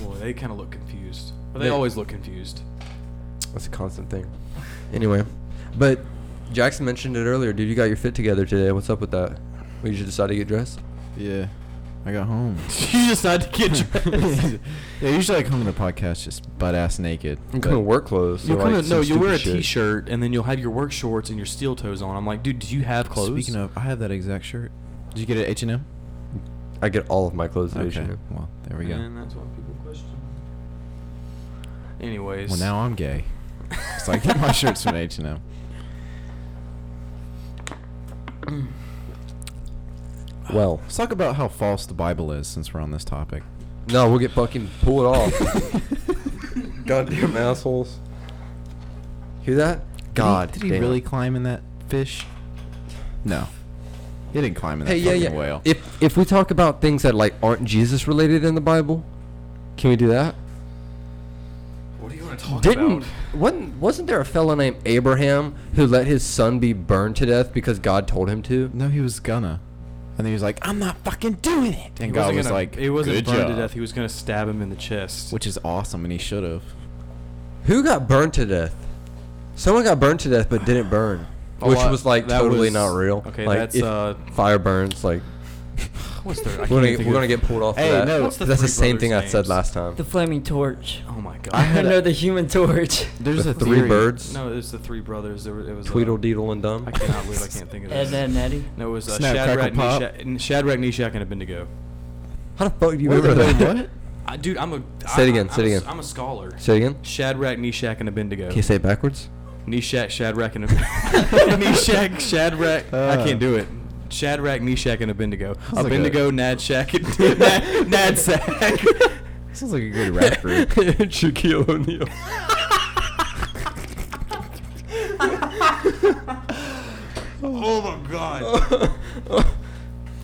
Speaker 4: Boy, they kind of look confused. But they,
Speaker 2: They-
Speaker 4: always look confused.
Speaker 2: That's a constant thing. Anyway, but Jackson mentioned it earlier, dude. You got your fit together today. What's up with that? Well, you just decided to get dressed.
Speaker 3: Yeah. I got home.
Speaker 4: you just had to get
Speaker 3: yeah, usually I come to the podcast just butt ass naked.
Speaker 2: I'm
Speaker 3: but-
Speaker 2: coming work clothes. so,
Speaker 4: You'll come
Speaker 2: like,
Speaker 4: in-
Speaker 2: some
Speaker 4: no, you'll wear a
Speaker 2: stupid shit.
Speaker 4: shirt and then you'll have your work shorts and your steel toes on. I'm like, dude, do you have clothes?
Speaker 3: Speaking of, I have that exact shirt. Did you get it at H and M?
Speaker 2: I get all of my clothes. at
Speaker 3: Okay.
Speaker 2: H&M.
Speaker 3: Well, there we go.
Speaker 4: And that's why people question. Anyways.
Speaker 3: Well, now I'm gay. So I get my shirts from H and M.
Speaker 2: Well,
Speaker 3: Let's talk about how false the Bible is since we're on this topic.
Speaker 2: no, we'll get fucking pulled off. Goddamn assholes. Hear that? God.
Speaker 3: Did he,
Speaker 2: damn.
Speaker 3: really climb in that fish? No. He didn't climb in that
Speaker 2: Hey, yeah,
Speaker 3: fucking
Speaker 2: yeah.
Speaker 3: whale.
Speaker 2: If if we talk about things that like aren't Jesus related in the Bible, can we do that?
Speaker 4: What do you want to talk
Speaker 2: Didn't
Speaker 4: about?
Speaker 2: wasn't wasn't there a fellow named Abraham who let his son be burned to death because God told him to?
Speaker 3: no, he was gonna. And then he was like, I'm not fucking doing it. And
Speaker 4: He wasn't
Speaker 3: God was
Speaker 4: gonna-
Speaker 3: like,
Speaker 4: he wasn't
Speaker 3: "Good
Speaker 4: burned
Speaker 3: job."
Speaker 4: to death. He was gonna stab him in the chest.
Speaker 3: Which is awesome, and he should have.
Speaker 2: Who got burned to death? Someone got burned to death but didn't burn,
Speaker 4: Oh,
Speaker 2: which
Speaker 4: I-
Speaker 2: was like
Speaker 4: that
Speaker 2: totally
Speaker 4: was-
Speaker 2: not real.
Speaker 4: Okay,
Speaker 2: like,
Speaker 4: that's
Speaker 2: if
Speaker 4: uh.
Speaker 2: fire burns. Like
Speaker 4: What's the? I
Speaker 2: we're
Speaker 4: can't
Speaker 2: gonna,
Speaker 4: even
Speaker 2: get,
Speaker 4: think
Speaker 2: we're
Speaker 4: of-
Speaker 2: gonna get pulled off.
Speaker 3: Hey,
Speaker 2: for that.
Speaker 3: no,
Speaker 4: What's the
Speaker 2: that's the
Speaker 4: three
Speaker 2: same thing
Speaker 4: brothers'
Speaker 2: I said
Speaker 4: names?
Speaker 2: last time.
Speaker 5: The flaming torch.
Speaker 4: Oh my god.
Speaker 3: I had
Speaker 5: no,
Speaker 3: a-
Speaker 5: the human torch.
Speaker 3: There's
Speaker 2: the
Speaker 3: a
Speaker 2: three
Speaker 3: theory-
Speaker 2: birds,
Speaker 4: No, it was the three brothers. There was, it was uh,
Speaker 2: Tweedledeedle and Dumb.
Speaker 4: I cannot believe I can't think of
Speaker 5: Ed,
Speaker 4: this.
Speaker 5: Ed, and Eddie.
Speaker 4: No, it was uh,
Speaker 3: Snap,
Speaker 4: Shadrach,
Speaker 3: crackle, pop.
Speaker 4: Meshach, N- Shadrach, Meshach, and Abednego.
Speaker 2: How the fuck do you
Speaker 3: Wait,
Speaker 2: remember
Speaker 3: wait,
Speaker 2: that?
Speaker 3: what?
Speaker 4: I, dude, I'm a.
Speaker 2: Say it again,
Speaker 4: I,
Speaker 2: say it
Speaker 4: I'm a-
Speaker 2: again.
Speaker 4: I'm a scholar.
Speaker 2: Say it again.
Speaker 4: Shadrach, Meshach, and Abednego.
Speaker 2: Can you say it backwards?
Speaker 4: Meshach, Shadrach, and Abednego. Meshach, Shadrach. I
Speaker 3: Uh.
Speaker 4: can't do it. Shadrach, Meshach, and Abednego.
Speaker 3: Sounds like
Speaker 4: Abednego,
Speaker 3: a-
Speaker 4: Nadshak, and Nadsack.
Speaker 3: Sounds like a good rap group.
Speaker 2: Shaquille O'Neal.
Speaker 4: oh my god.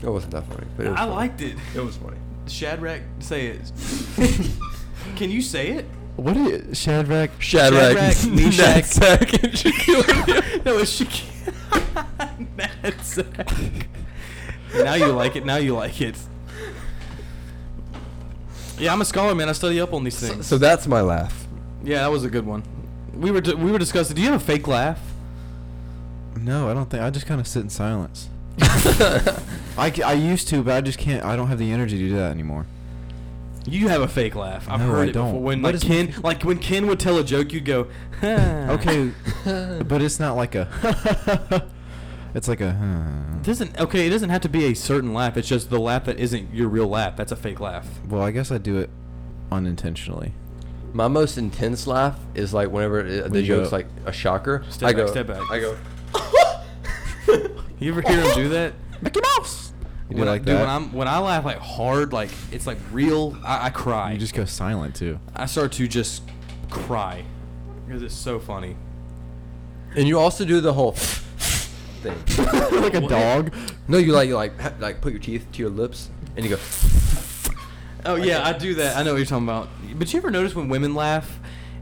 Speaker 2: It wasn't that funny, but it was
Speaker 4: I
Speaker 2: funny.
Speaker 4: liked it.
Speaker 2: It was funny.
Speaker 4: Shadrach, say it. Can you say it?
Speaker 3: What is Shadrach?
Speaker 2: Shadrach,
Speaker 4: Shadrach, Meshach.
Speaker 2: Meshach, and Shaquille O'Neal.
Speaker 4: No, it's Shaquille. Nadsack. now you like it. Now you like it. Yeah, I'm a scholar, man. I study up on these things.
Speaker 2: So that's my laugh.
Speaker 4: yeah, that was a good one. We were d- we were discussing. Do you have a fake laugh?
Speaker 3: No, I don't think. I just kind of sit in silence. I, c- I used to, but I just can't. I don't have the energy to do that anymore.
Speaker 4: You have a fake laugh. I've
Speaker 3: No,
Speaker 4: heard
Speaker 3: I
Speaker 4: it before.
Speaker 3: don't.
Speaker 4: When
Speaker 3: What is-
Speaker 4: like Ken, like when Ken would tell a joke, you'd go, Oh.
Speaker 3: Okay, but it's not like a. it's like a. huh.
Speaker 4: Doesn't okay. It doesn't have to be a certain laugh. It's just the laugh that isn't your real laugh. That's a fake laugh.
Speaker 3: Well, I guess I do it unintentionally.
Speaker 2: My most intense laugh is like whenever it, the
Speaker 3: you go-
Speaker 2: joke's like a shocker.
Speaker 4: Step
Speaker 2: I
Speaker 4: back,
Speaker 2: go,
Speaker 4: step back.
Speaker 2: I go.
Speaker 4: You ever hear him do that?
Speaker 3: Mickey Mouse. You do
Speaker 4: when I-
Speaker 3: like
Speaker 4: dude,
Speaker 3: that.
Speaker 4: when I'm when I laugh like hard, like it's like real. I, I cry.
Speaker 3: you just go silent too.
Speaker 4: I start to just cry because it's so funny.
Speaker 2: And you also do the whole thing.
Speaker 3: like a dog.
Speaker 2: No, you like you like ha- like put your teeth to your lips and you go.
Speaker 4: Oh yeah, I do that. I know what you're talking about. But you ever notice when women laugh,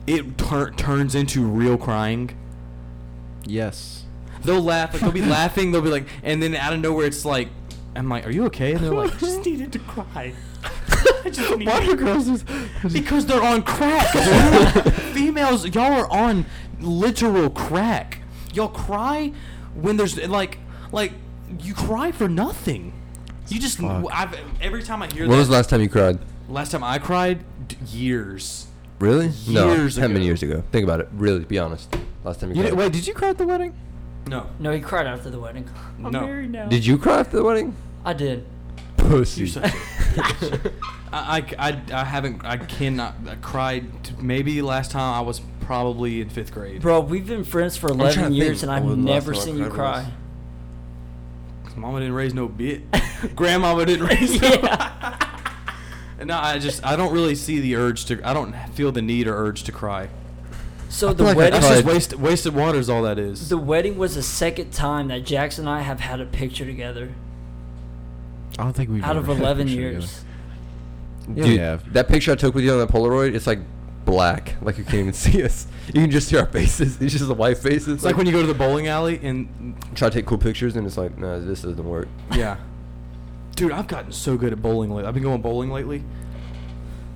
Speaker 4: it tur- turns into real crying.
Speaker 3: Yes.
Speaker 4: They'll laugh, like they'll be laughing, they'll be like, and then out of nowhere it's like, I'm like, are you okay? And they're like,
Speaker 8: just needed to cry. I just needed
Speaker 3: Why do girls just?
Speaker 4: because they're on crack. dude. Females, y'all are on literal crack. Y'all cry when there's like, like you cry for nothing. You just,
Speaker 3: Fuck.
Speaker 4: I've, every time I hear
Speaker 2: When
Speaker 4: that,
Speaker 2: was the last time you cried?
Speaker 4: last time I cried, d- years.
Speaker 2: Really? no,
Speaker 4: Years
Speaker 2: haven't been
Speaker 4: ago.
Speaker 2: years ago. Think about it. Really, be honest. Last time you,
Speaker 3: You
Speaker 2: cried.
Speaker 3: did, wait, did you cry at the wedding?
Speaker 4: No,
Speaker 5: No, he cried after the wedding.
Speaker 8: I'm
Speaker 4: no.
Speaker 8: married now.
Speaker 2: Did you cry after the wedding?
Speaker 5: I did.
Speaker 2: Pussy.
Speaker 4: such I, I, I, I haven't, I cannot, I cried t- maybe last time I was probably in fifth grade.
Speaker 5: Bro, we've been friends for
Speaker 2: trying
Speaker 5: 11
Speaker 2: to
Speaker 5: years
Speaker 2: think
Speaker 5: and I've
Speaker 2: when the last
Speaker 5: never
Speaker 2: time I
Speaker 5: seen you
Speaker 2: cried was.
Speaker 5: cry.
Speaker 4: Mama didn't raise no bit. Grandmama didn't raise no
Speaker 5: yeah.
Speaker 4: No, I just I don't really see the urge to. I don't feel the need or urge to cry.
Speaker 5: So
Speaker 2: I
Speaker 5: the
Speaker 2: feel like I
Speaker 5: wedding,
Speaker 4: That's just
Speaker 2: Cried.
Speaker 4: waste, wasted water is all that is.
Speaker 5: the wedding was the second time that Jackson and I have had a picture together
Speaker 3: I don't think we've
Speaker 5: out of
Speaker 3: ever had a
Speaker 5: 11
Speaker 3: picture
Speaker 5: years.
Speaker 3: Yeah,
Speaker 2: Dude,
Speaker 3: we have.
Speaker 2: that picture I took with you on that Polaroid, it's like black. Like you can't even see us. You can just see our faces. It's just the white faces.
Speaker 4: It's like when you go to the bowling alley and
Speaker 2: try to take cool pictures and it's like, nah, this doesn't work.
Speaker 4: yeah. Dude, I've gotten so good at bowling lately. I've been going bowling lately.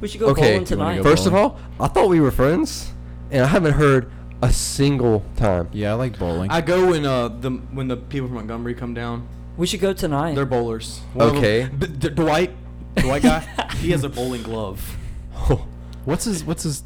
Speaker 5: We should go
Speaker 2: okay.
Speaker 5: bowling tonight.
Speaker 2: First of all, I thought we were friends, and I haven't heard a single time.
Speaker 3: Yeah, I like bowling.
Speaker 4: I go when uh the when the people from Montgomery come down.
Speaker 5: we should go tonight.
Speaker 4: They're bowlers. One of them-
Speaker 2: Okay.
Speaker 4: B- D- Dwight, Dwight guy, he has a bowling glove.
Speaker 3: what's his what's his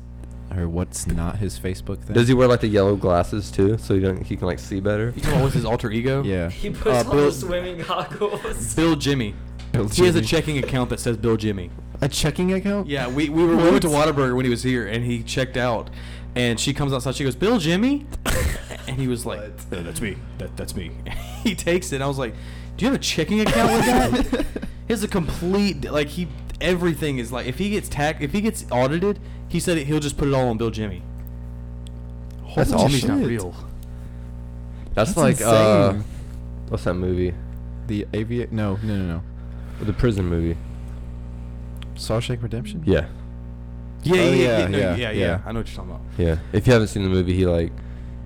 Speaker 3: or what's not his Facebook thing?
Speaker 2: Does he wear like the yellow glasses too, so he don't he can like see better?
Speaker 4: You talking about what's his alter ego?
Speaker 3: Yeah.
Speaker 5: he puts
Speaker 4: Uh,
Speaker 5: on
Speaker 4: Bill-
Speaker 5: the swimming goggles.
Speaker 4: Bill Jimmy.
Speaker 3: Bill
Speaker 4: he has a
Speaker 3: Jimmy.
Speaker 4: checking account that says Bill Jimmy.
Speaker 3: A checking account?
Speaker 4: Yeah, we, we were we went to Whataburger when he was here, and he checked out, and she comes outside. She goes, "Bill, Jimmy," and he was like, "No, "That's me. That, that's me." he takes it. and I was like, "Do you have a checking account with that?" he has a complete like he everything is like if he gets tax if he gets audited, he said he'll just put it all on Bill Jimmy.
Speaker 2: That's
Speaker 4: Bill
Speaker 2: awesome.
Speaker 4: Jimmy's not
Speaker 3: shit.
Speaker 4: real.
Speaker 2: That's,
Speaker 3: That's
Speaker 2: like uh,
Speaker 3: insane.
Speaker 2: what's that movie?
Speaker 3: The aviate? No, no, no, no.
Speaker 2: The prison movie.
Speaker 3: Shawshank Redemption?
Speaker 2: Yeah,
Speaker 4: Yeah,
Speaker 3: Oh,
Speaker 4: yeah, yeah,
Speaker 3: yeah,
Speaker 4: no,
Speaker 3: yeah,
Speaker 4: yeah, yeah,
Speaker 3: yeah.
Speaker 4: I know what you're talking about.
Speaker 2: yeah. If you haven't seen the movie, he like,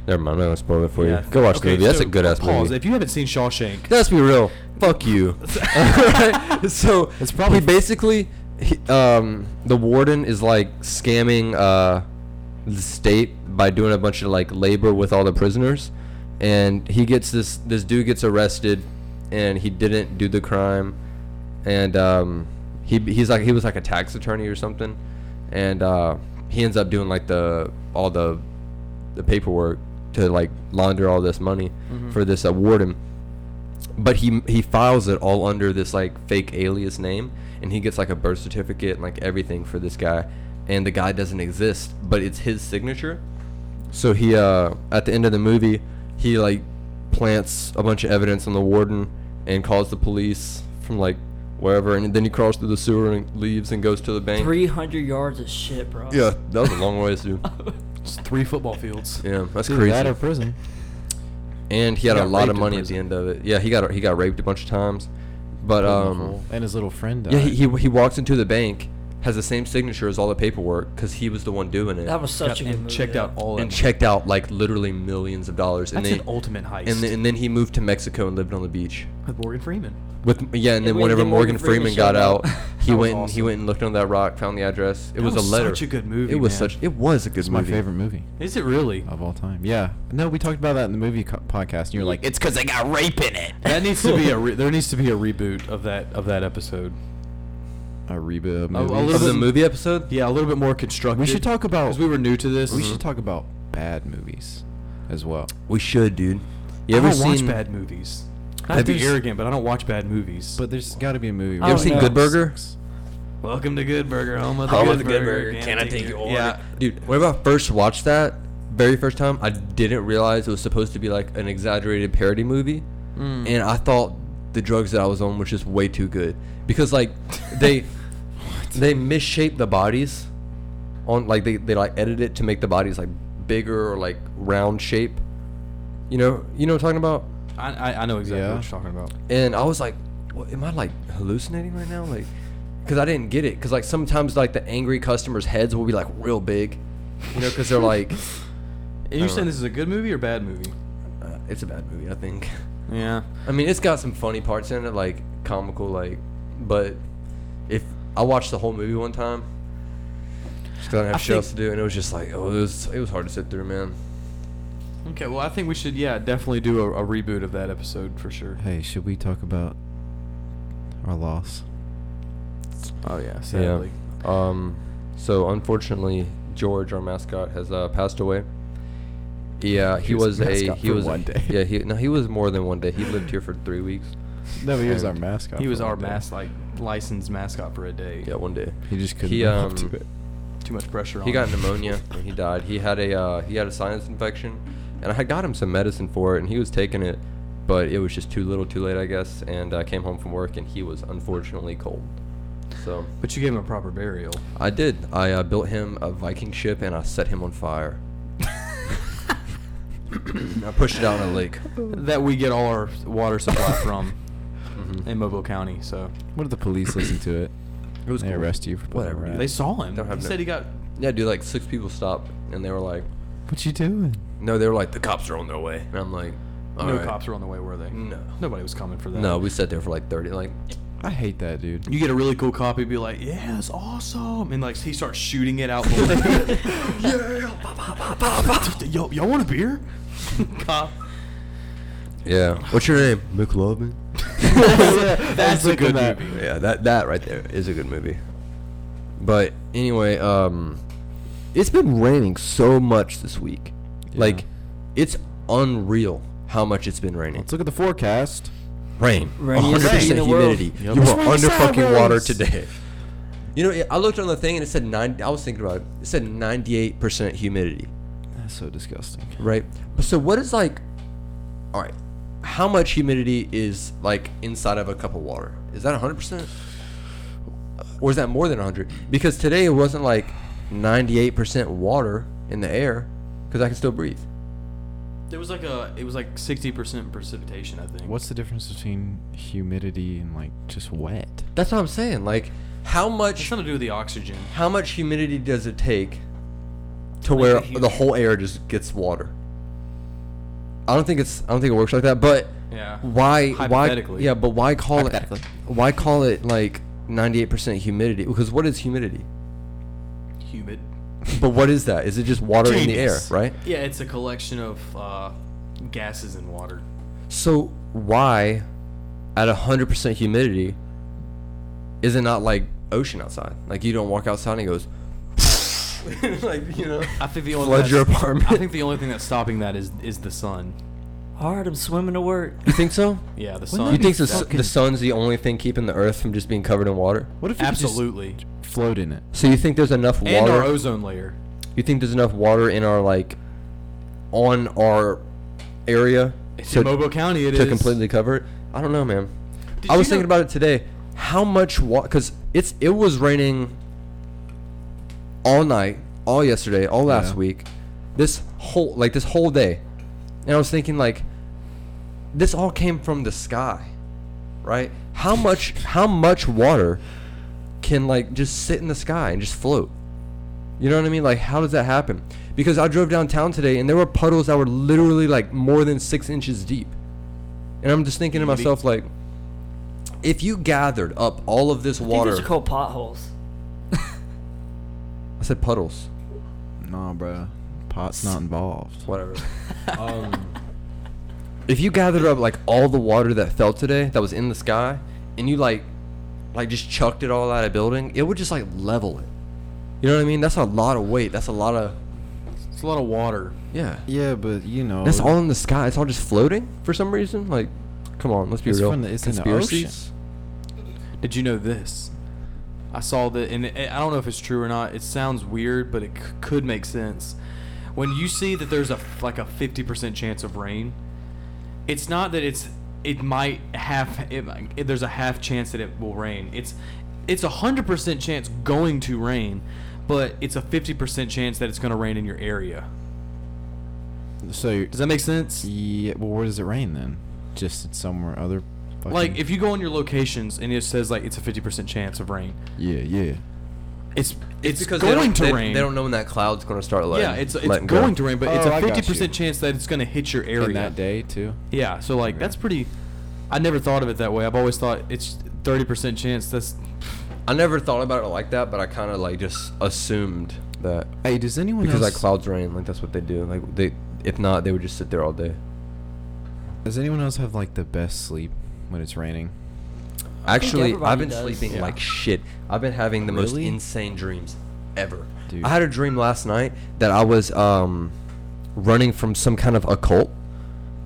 Speaker 2: never mind. I'm not gonna spoil it for
Speaker 4: Yeah.
Speaker 2: you. Go watch
Speaker 4: Okay,
Speaker 2: the movie. That's
Speaker 4: so
Speaker 2: a good ass
Speaker 4: pause.
Speaker 2: movie.
Speaker 4: If you haven't seen Shawshank,
Speaker 2: Let's be real. Fuck you. Alright? so
Speaker 3: It's probably-
Speaker 2: he basically he, um the warden is like scamming uh the state by doing a bunch of like labor with all the prisoners and he gets this this dude gets arrested and he didn't do the crime and um he he's like he was like a tax attorney or something and uh he ends up doing like the all the the paperwork to like launder all this money for this uh, warden but he he files it all under this like fake alias name and he gets like a birth certificate and like everything for this guy and the guy doesn't exist but it's his signature so he uh at the end of the movie he like plants a bunch of evidence on the warden and calls the police from like wherever and then he crawls through the sewer and leaves and goes to the bank
Speaker 5: 300 yards of shit, bro.
Speaker 2: yeah that was a long ways dude
Speaker 4: it's three football fields.
Speaker 2: yeah that's
Speaker 3: Dude,
Speaker 2: crazy
Speaker 3: that or prison.
Speaker 2: and he had a
Speaker 4: got
Speaker 2: lot
Speaker 4: raped
Speaker 2: of
Speaker 4: in
Speaker 2: money at
Speaker 4: prison.
Speaker 2: the end of it yeah he got he got raped a bunch of times but um
Speaker 3: and his little friend died.
Speaker 2: Yeah, he, he, he walks into the bank, has the same signature as all the paperwork because he was the one doing it.
Speaker 5: That was such a good
Speaker 4: and
Speaker 5: movie.
Speaker 4: checked out all
Speaker 2: and
Speaker 4: that.
Speaker 2: checked out like literally millions of dollars. And
Speaker 4: That's
Speaker 2: they,
Speaker 4: an ultimate heist.
Speaker 2: and then, and then he moved to Mexico and lived on the beach.
Speaker 4: with Morgan Freeman.
Speaker 2: With yeah, and then
Speaker 5: when-
Speaker 2: whenever
Speaker 5: then
Speaker 2: Morgan,
Speaker 5: Morgan
Speaker 2: Freeman
Speaker 5: Freeman
Speaker 2: got out,
Speaker 5: showed up.
Speaker 2: he
Speaker 4: That was
Speaker 2: went and he
Speaker 4: awesome.
Speaker 2: went and looked on that rock, found the address. It
Speaker 4: That
Speaker 2: was,
Speaker 4: was
Speaker 2: a letter.
Speaker 4: such a good movie,
Speaker 2: It was
Speaker 4: man.
Speaker 2: such. It Oh. was a good
Speaker 3: It's my
Speaker 2: movie.
Speaker 3: favorite movie
Speaker 4: Is it really?
Speaker 3: of all time. Yeah. No, we talked about that in the movie co- podcast. And you were like, it's because I got rape in it.
Speaker 4: That needs to be a re- there needs to be a reboot of that of that episode.
Speaker 3: A reboot of
Speaker 4: A- a
Speaker 3: movie.
Speaker 4: little
Speaker 2: Of the
Speaker 4: bit-
Speaker 2: movie episode.
Speaker 4: Yeah, a little bit more constructed.
Speaker 3: we should talk about.
Speaker 4: because we were new to this.
Speaker 3: we should talk about bad movies as well.
Speaker 2: We should, dude. You
Speaker 4: I
Speaker 2: ever
Speaker 4: don't watch
Speaker 2: seen?
Speaker 4: bad movies. Not
Speaker 2: Have
Speaker 4: to
Speaker 2: you
Speaker 4: be
Speaker 2: s-
Speaker 4: arrogant, but I don't watch bad movies.
Speaker 3: But there's got to be a movie.
Speaker 5: I
Speaker 2: You
Speaker 5: don't
Speaker 2: ever seen
Speaker 5: know.
Speaker 2: Good Burger?
Speaker 4: welcome to Good Burger, home of the,
Speaker 2: Home
Speaker 4: good,
Speaker 2: of the Good Burger.
Speaker 4: Can't
Speaker 2: Can I take your order?
Speaker 4: Yeah,
Speaker 2: Dude, whenever I first watched that, very first time, I didn't realize it was supposed to be like an exaggerated parody movie, and I thought the drugs that I was on was just way too good because like they they misshape the bodies on like they, they like edit it to make the bodies like bigger or like round shape. You know, you know what I'm talking about?
Speaker 4: I, I, I know exactly
Speaker 3: Yeah.
Speaker 4: what you're talking about.
Speaker 2: and I was like, what, "Am I like hallucinating right now?" Like, because I didn't get it. Because like sometimes like the angry customers' heads will be like real big, you know, because they're like,
Speaker 4: And you're saying this is a good movie or bad movie?
Speaker 2: uh, "It's a bad movie." I think.
Speaker 4: Yeah.
Speaker 2: I mean, it's got some funny parts in it, like comical, like. But if I watched the whole movie one time, just 'cause I didn't have
Speaker 4: I
Speaker 2: shit else to
Speaker 4: think-
Speaker 2: do, and it was just like, oh, it was it was hard to sit through, man.
Speaker 4: Okay, well, I think we should, yeah, definitely do a, a reboot of that episode for sure.
Speaker 3: Hey, should we talk about our loss?
Speaker 4: Oh, yeah, sadly.
Speaker 2: Yeah. Um, so unfortunately, George, our mascot, has uh, passed away. Yeah, he,
Speaker 3: He was
Speaker 2: was,
Speaker 3: a
Speaker 2: a
Speaker 3: mascot
Speaker 2: he
Speaker 3: for
Speaker 2: was
Speaker 3: one day.
Speaker 2: yeah he no he was more than one day. He lived here for three weeks.
Speaker 3: No, he was our
Speaker 2: And
Speaker 3: mascot.
Speaker 4: He
Speaker 3: for
Speaker 4: was
Speaker 3: one
Speaker 4: our
Speaker 3: day.
Speaker 4: mas- like licensed mascot for a day.
Speaker 2: Yeah, one day.
Speaker 3: He just couldn't
Speaker 2: He,
Speaker 3: live up
Speaker 2: um,
Speaker 3: to it.
Speaker 4: Too much pressure on
Speaker 2: He got
Speaker 4: him.
Speaker 2: pneumonia and he died. He had a uh, he had a sinus infection, and I had got him some medicine for it, and he was taking it, but it was just too little, too late, I guess. And I came home from work, and he was unfortunately cold. So
Speaker 4: But you gave him a proper burial.
Speaker 2: I did. I uh, built him a Viking ship and I set him on fire. I pushed it out in a lake.
Speaker 4: That we get all our water supply from
Speaker 2: Mm-hmm.
Speaker 4: in Mobile County. So
Speaker 3: What if the police listen to it?
Speaker 2: It was
Speaker 3: They
Speaker 2: cool.
Speaker 3: arrest you for putting a
Speaker 2: Whatever, dude.
Speaker 3: rat-
Speaker 4: they saw him.
Speaker 2: Don't have
Speaker 4: He
Speaker 2: no-
Speaker 4: said he got.
Speaker 2: Yeah, dude. Like six people stopped and they were like,
Speaker 3: What you doing?
Speaker 2: "No, they were like the cops are on their way." And I'm like, "All
Speaker 4: no
Speaker 2: right."
Speaker 4: cops were on the way, were they?
Speaker 2: No.
Speaker 4: Nobody was coming for that.
Speaker 2: No, we sat there for like 30. Like,
Speaker 3: I hate that dude.
Speaker 4: You get a really cool copy, be like, yeah, it's awesome. And like, he starts shooting it out. below. yeah, bah, bah, bah, bah, bah. Yo, y'all want a beer? Cop.
Speaker 2: yeah. What's your name? McLovin.
Speaker 4: That's a good
Speaker 3: that.
Speaker 4: movie.
Speaker 2: Yeah, that that right there is a good movie. But anyway, um, it's been raining so much this week, like it's unreal how much it's been raining.
Speaker 3: Let's look at the forecast.
Speaker 2: Rain,
Speaker 5: Rainiest
Speaker 2: 100%
Speaker 5: day in the world.
Speaker 2: humidity.
Speaker 3: Yup.
Speaker 2: You
Speaker 3: It's
Speaker 2: were
Speaker 3: raining
Speaker 2: under fucking water
Speaker 3: sideways.
Speaker 2: today. You know, yeah, I looked on the thing and it said nine. I was thinking about it. It said ninety-eight percent humidity,
Speaker 3: That's so disgusting.
Speaker 2: right? But so what is like? All right, how much humidity is like inside of a cup of water? Is that hundred percent? or is that more than 100? Because today it wasn't like 98% water in the air because I can still breathe.
Speaker 4: There was like a, it was like 60% precipitation, I think.
Speaker 3: What's the difference between humidity and like just wet?
Speaker 2: That's what I'm saying. Like, how
Speaker 4: It's
Speaker 2: much
Speaker 4: something to do with the oxygen.
Speaker 2: how much humidity does it take to where
Speaker 4: a hu-
Speaker 2: the whole air just gets water? I don't think it's I don't think it works like that. But
Speaker 4: Yeah.
Speaker 2: why why
Speaker 4: Hypothetically.
Speaker 2: yeah? But why call it
Speaker 3: Hypothetically.
Speaker 2: why call it like 98% humidity? Because what is humidity?
Speaker 4: Humid.
Speaker 2: But what is that? Is it just water in the air?
Speaker 3: Genius.
Speaker 2: Right.
Speaker 4: Yeah, it's a collection of uh, gases and water.
Speaker 2: So why, at hundred percent humidity, is it not like ocean outside? Like you don't walk outside and it goes.
Speaker 4: like, you know. I think the only
Speaker 2: Flood
Speaker 4: that's-
Speaker 2: your apartment.
Speaker 4: I think the only thing that's stopping that is is the sun.
Speaker 5: All right, I'm swimming to work.
Speaker 2: You think so?
Speaker 4: Yeah, the
Speaker 2: You
Speaker 4: sun.
Speaker 2: think the, s- the sun's the only thing keeping the Earth from just being covered in water?
Speaker 3: What if you could just
Speaker 4: Absolutely.
Speaker 3: float in it?
Speaker 2: So you think there's enough
Speaker 4: And our
Speaker 2: water?
Speaker 4: ozone layer.
Speaker 2: You think there's enough water in our like, on our area
Speaker 4: It's
Speaker 2: to,
Speaker 4: in Mobile County. It is
Speaker 2: to completely cover it? I don't know, man. I
Speaker 4: you
Speaker 2: was thinking
Speaker 4: know-
Speaker 2: about it today. How much water? Because it's it was raining all night, all yesterday, all last
Speaker 3: Yeah.
Speaker 2: week, this whole like this whole day, and I was thinking like, this all came from the sky, right? How much how much water can like just sit in the sky and just float? You know what I mean? Like how does that happen? Because I drove downtown today and there were puddles that were literally like more than six inches deep, and I'm just thinking to myself like. If you gathered up all of this
Speaker 5: I think
Speaker 2: water,
Speaker 5: those are called potholes.
Speaker 2: I said puddles,
Speaker 3: Nah, bro. Pot's not involved.
Speaker 2: whatever.
Speaker 4: Um,
Speaker 2: if you gathered up like all the water that fell today that was in the sky and you like like just chucked it all out of building it would just like level it you know what i mean that's a lot of weight that's a lot of
Speaker 4: It's a lot of water.
Speaker 2: yeah
Speaker 3: Yeah, but you know.
Speaker 2: that's all in the sky it's all just floating for some reason like come on let's be
Speaker 3: It's
Speaker 2: real
Speaker 3: from the- it's in the
Speaker 2: conspiracies
Speaker 4: Did you know this? I saw that, and it, I don't know if it's true or not. It sounds weird, but it c- could make sense. When you see that there's a f- like a fifty percent chance of rain, it's not that it's it might half it, might- it, there's a half chance that it will rain. It's it's a hundred percent chance going to rain, but it's a fifty percent chance that it's going to rain in your area.
Speaker 3: So, you're,
Speaker 4: Does that make sense?
Speaker 3: yeah, well, where does it rain then? Just in somewhere other. Fucking,
Speaker 4: Like if you go on your locations and it says like it's a fifty percent chance of rain,
Speaker 3: Yeah, yeah.
Speaker 4: it's
Speaker 2: they
Speaker 4: it's, going
Speaker 2: don't-
Speaker 4: to
Speaker 2: they,
Speaker 4: rain.
Speaker 2: they don't know when that cloud's going to start letting
Speaker 4: Yeah, it's it's
Speaker 2: letting
Speaker 4: going
Speaker 2: go. Uh,
Speaker 4: to rain, but it's
Speaker 3: Oh, I
Speaker 4: a
Speaker 3: got
Speaker 4: fifty percent chance that it's going to hit your area
Speaker 3: In that day too.
Speaker 4: Yeah, so like that's pretty. I never thought of it that way. I've always thought it's thirty percent chance. That's
Speaker 2: i never thought about it like that but i kind of like just assumed that
Speaker 3: Hey, does anyone
Speaker 2: because like
Speaker 3: else
Speaker 2: clouds rain like that's what they do like they if not they would just sit there all day
Speaker 3: does anyone else have like the best sleep when it's raining?
Speaker 2: Actually, I've
Speaker 5: everybody
Speaker 2: been
Speaker 5: does.
Speaker 2: sleeping
Speaker 3: Yeah.
Speaker 2: like shit. I've been having the most
Speaker 3: Really?
Speaker 2: insane dreams ever.
Speaker 3: Dude.
Speaker 2: I had a dream last night that I was um, running from some kind of occult,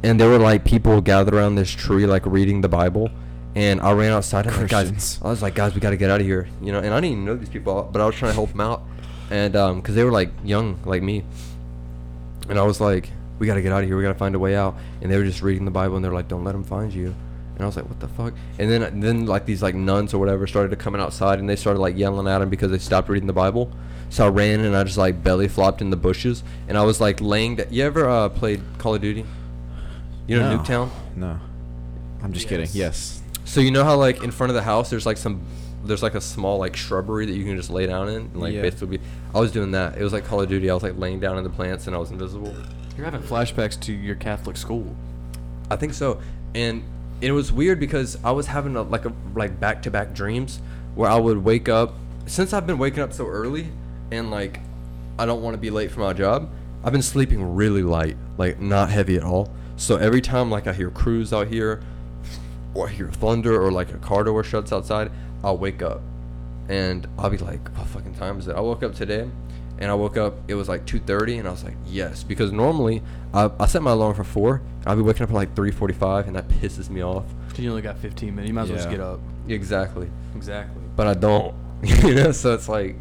Speaker 2: and there were like people gathered around this tree, like reading the Bible. And I ran outside. And I was like, guys,
Speaker 3: Christians.
Speaker 2: I was like, guys, we got to get out of here, you know. And I didn't even know these people, but I was trying to help them out, and because they were like young, like me. And I was like, we got to get out of here. We got to find a way out. And they were just reading the Bible, and they're like, don't let them find you. And I was like, what the fuck? And then then like these like nuns or whatever started coming outside and they started like yelling at him because they stopped reading the Bible. So I ran and I just like belly flopped in the bushes and I was like laying. Da- you ever uh, played Call of Duty? You know
Speaker 3: No.
Speaker 2: Nuketown.
Speaker 3: No. I'm just kidding. Yes.
Speaker 2: So you know how like in front of the house there's like some there's like a small like shrubbery that you can just lay down in and like
Speaker 3: Yeah.
Speaker 2: basically be I was doing that. It was like Call of Duty. I was like laying down in the plants and I was invisible.
Speaker 4: You're having flashbacks to your Catholic school.
Speaker 2: I think so. And it was weird because I was having a, like a like back to back dreams where I would wake up since I've been waking up so early and like I don't want to be late for my job. I've been sleeping really light, like not heavy at all. So every time like I hear crews out here or I hear thunder or like a car door shuts outside, I'll wake up and I'll be like, what fucking time is it? I woke up today and I woke up, it was like 2.30 and I was like, yes, because normally I, I set my alarm for 4 and I'll be waking up at like 3.45 and that pisses me off.
Speaker 4: You only got 15 minutes. You might as well just
Speaker 3: Yeah.
Speaker 4: get up.
Speaker 2: Exactly.
Speaker 4: Exactly.
Speaker 2: But I don't, you know, so it's like,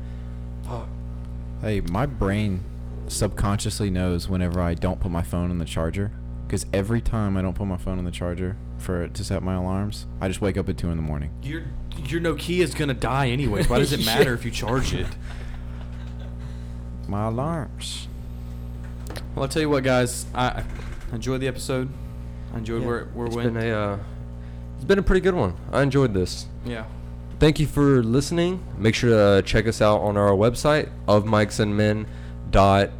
Speaker 3: Hey, my brain subconsciously knows whenever I don't put my phone on the charger. Because every time I don't put my phone on the charger for to set my alarms, I just wake up at two in the morning.
Speaker 4: Your your Nokia is gonna die anyways. Why does it matter if you charge it?
Speaker 3: My alarms.
Speaker 4: Well, I'll tell you what, guys. I I enjoyed the episode. I enjoyed
Speaker 2: yeah,
Speaker 4: where where it
Speaker 2: it's
Speaker 4: went.
Speaker 2: been a, uh, it's been a pretty good one. I enjoyed this.
Speaker 4: yeah.
Speaker 2: Thank you for listening. Make sure to check us out on our website of mikesandmen.com.
Speaker 4: Dot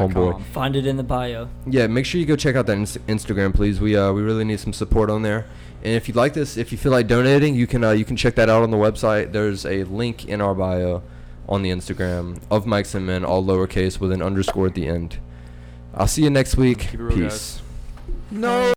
Speaker 2: Homeboy.
Speaker 4: com.
Speaker 5: Find it in the bio.
Speaker 2: Yeah, make sure you go check out that ins- Instagram, please. We uh, we really need some support on there. And if you like this, if you feel like donating, you can uh, you can check that out on the website. There's a link in our bio on the Instagram of Mike's and Men, all lowercase with an underscore at the end. I'll see you next week.
Speaker 4: Keep it real,
Speaker 2: Peace.
Speaker 4: guys.
Speaker 2: No.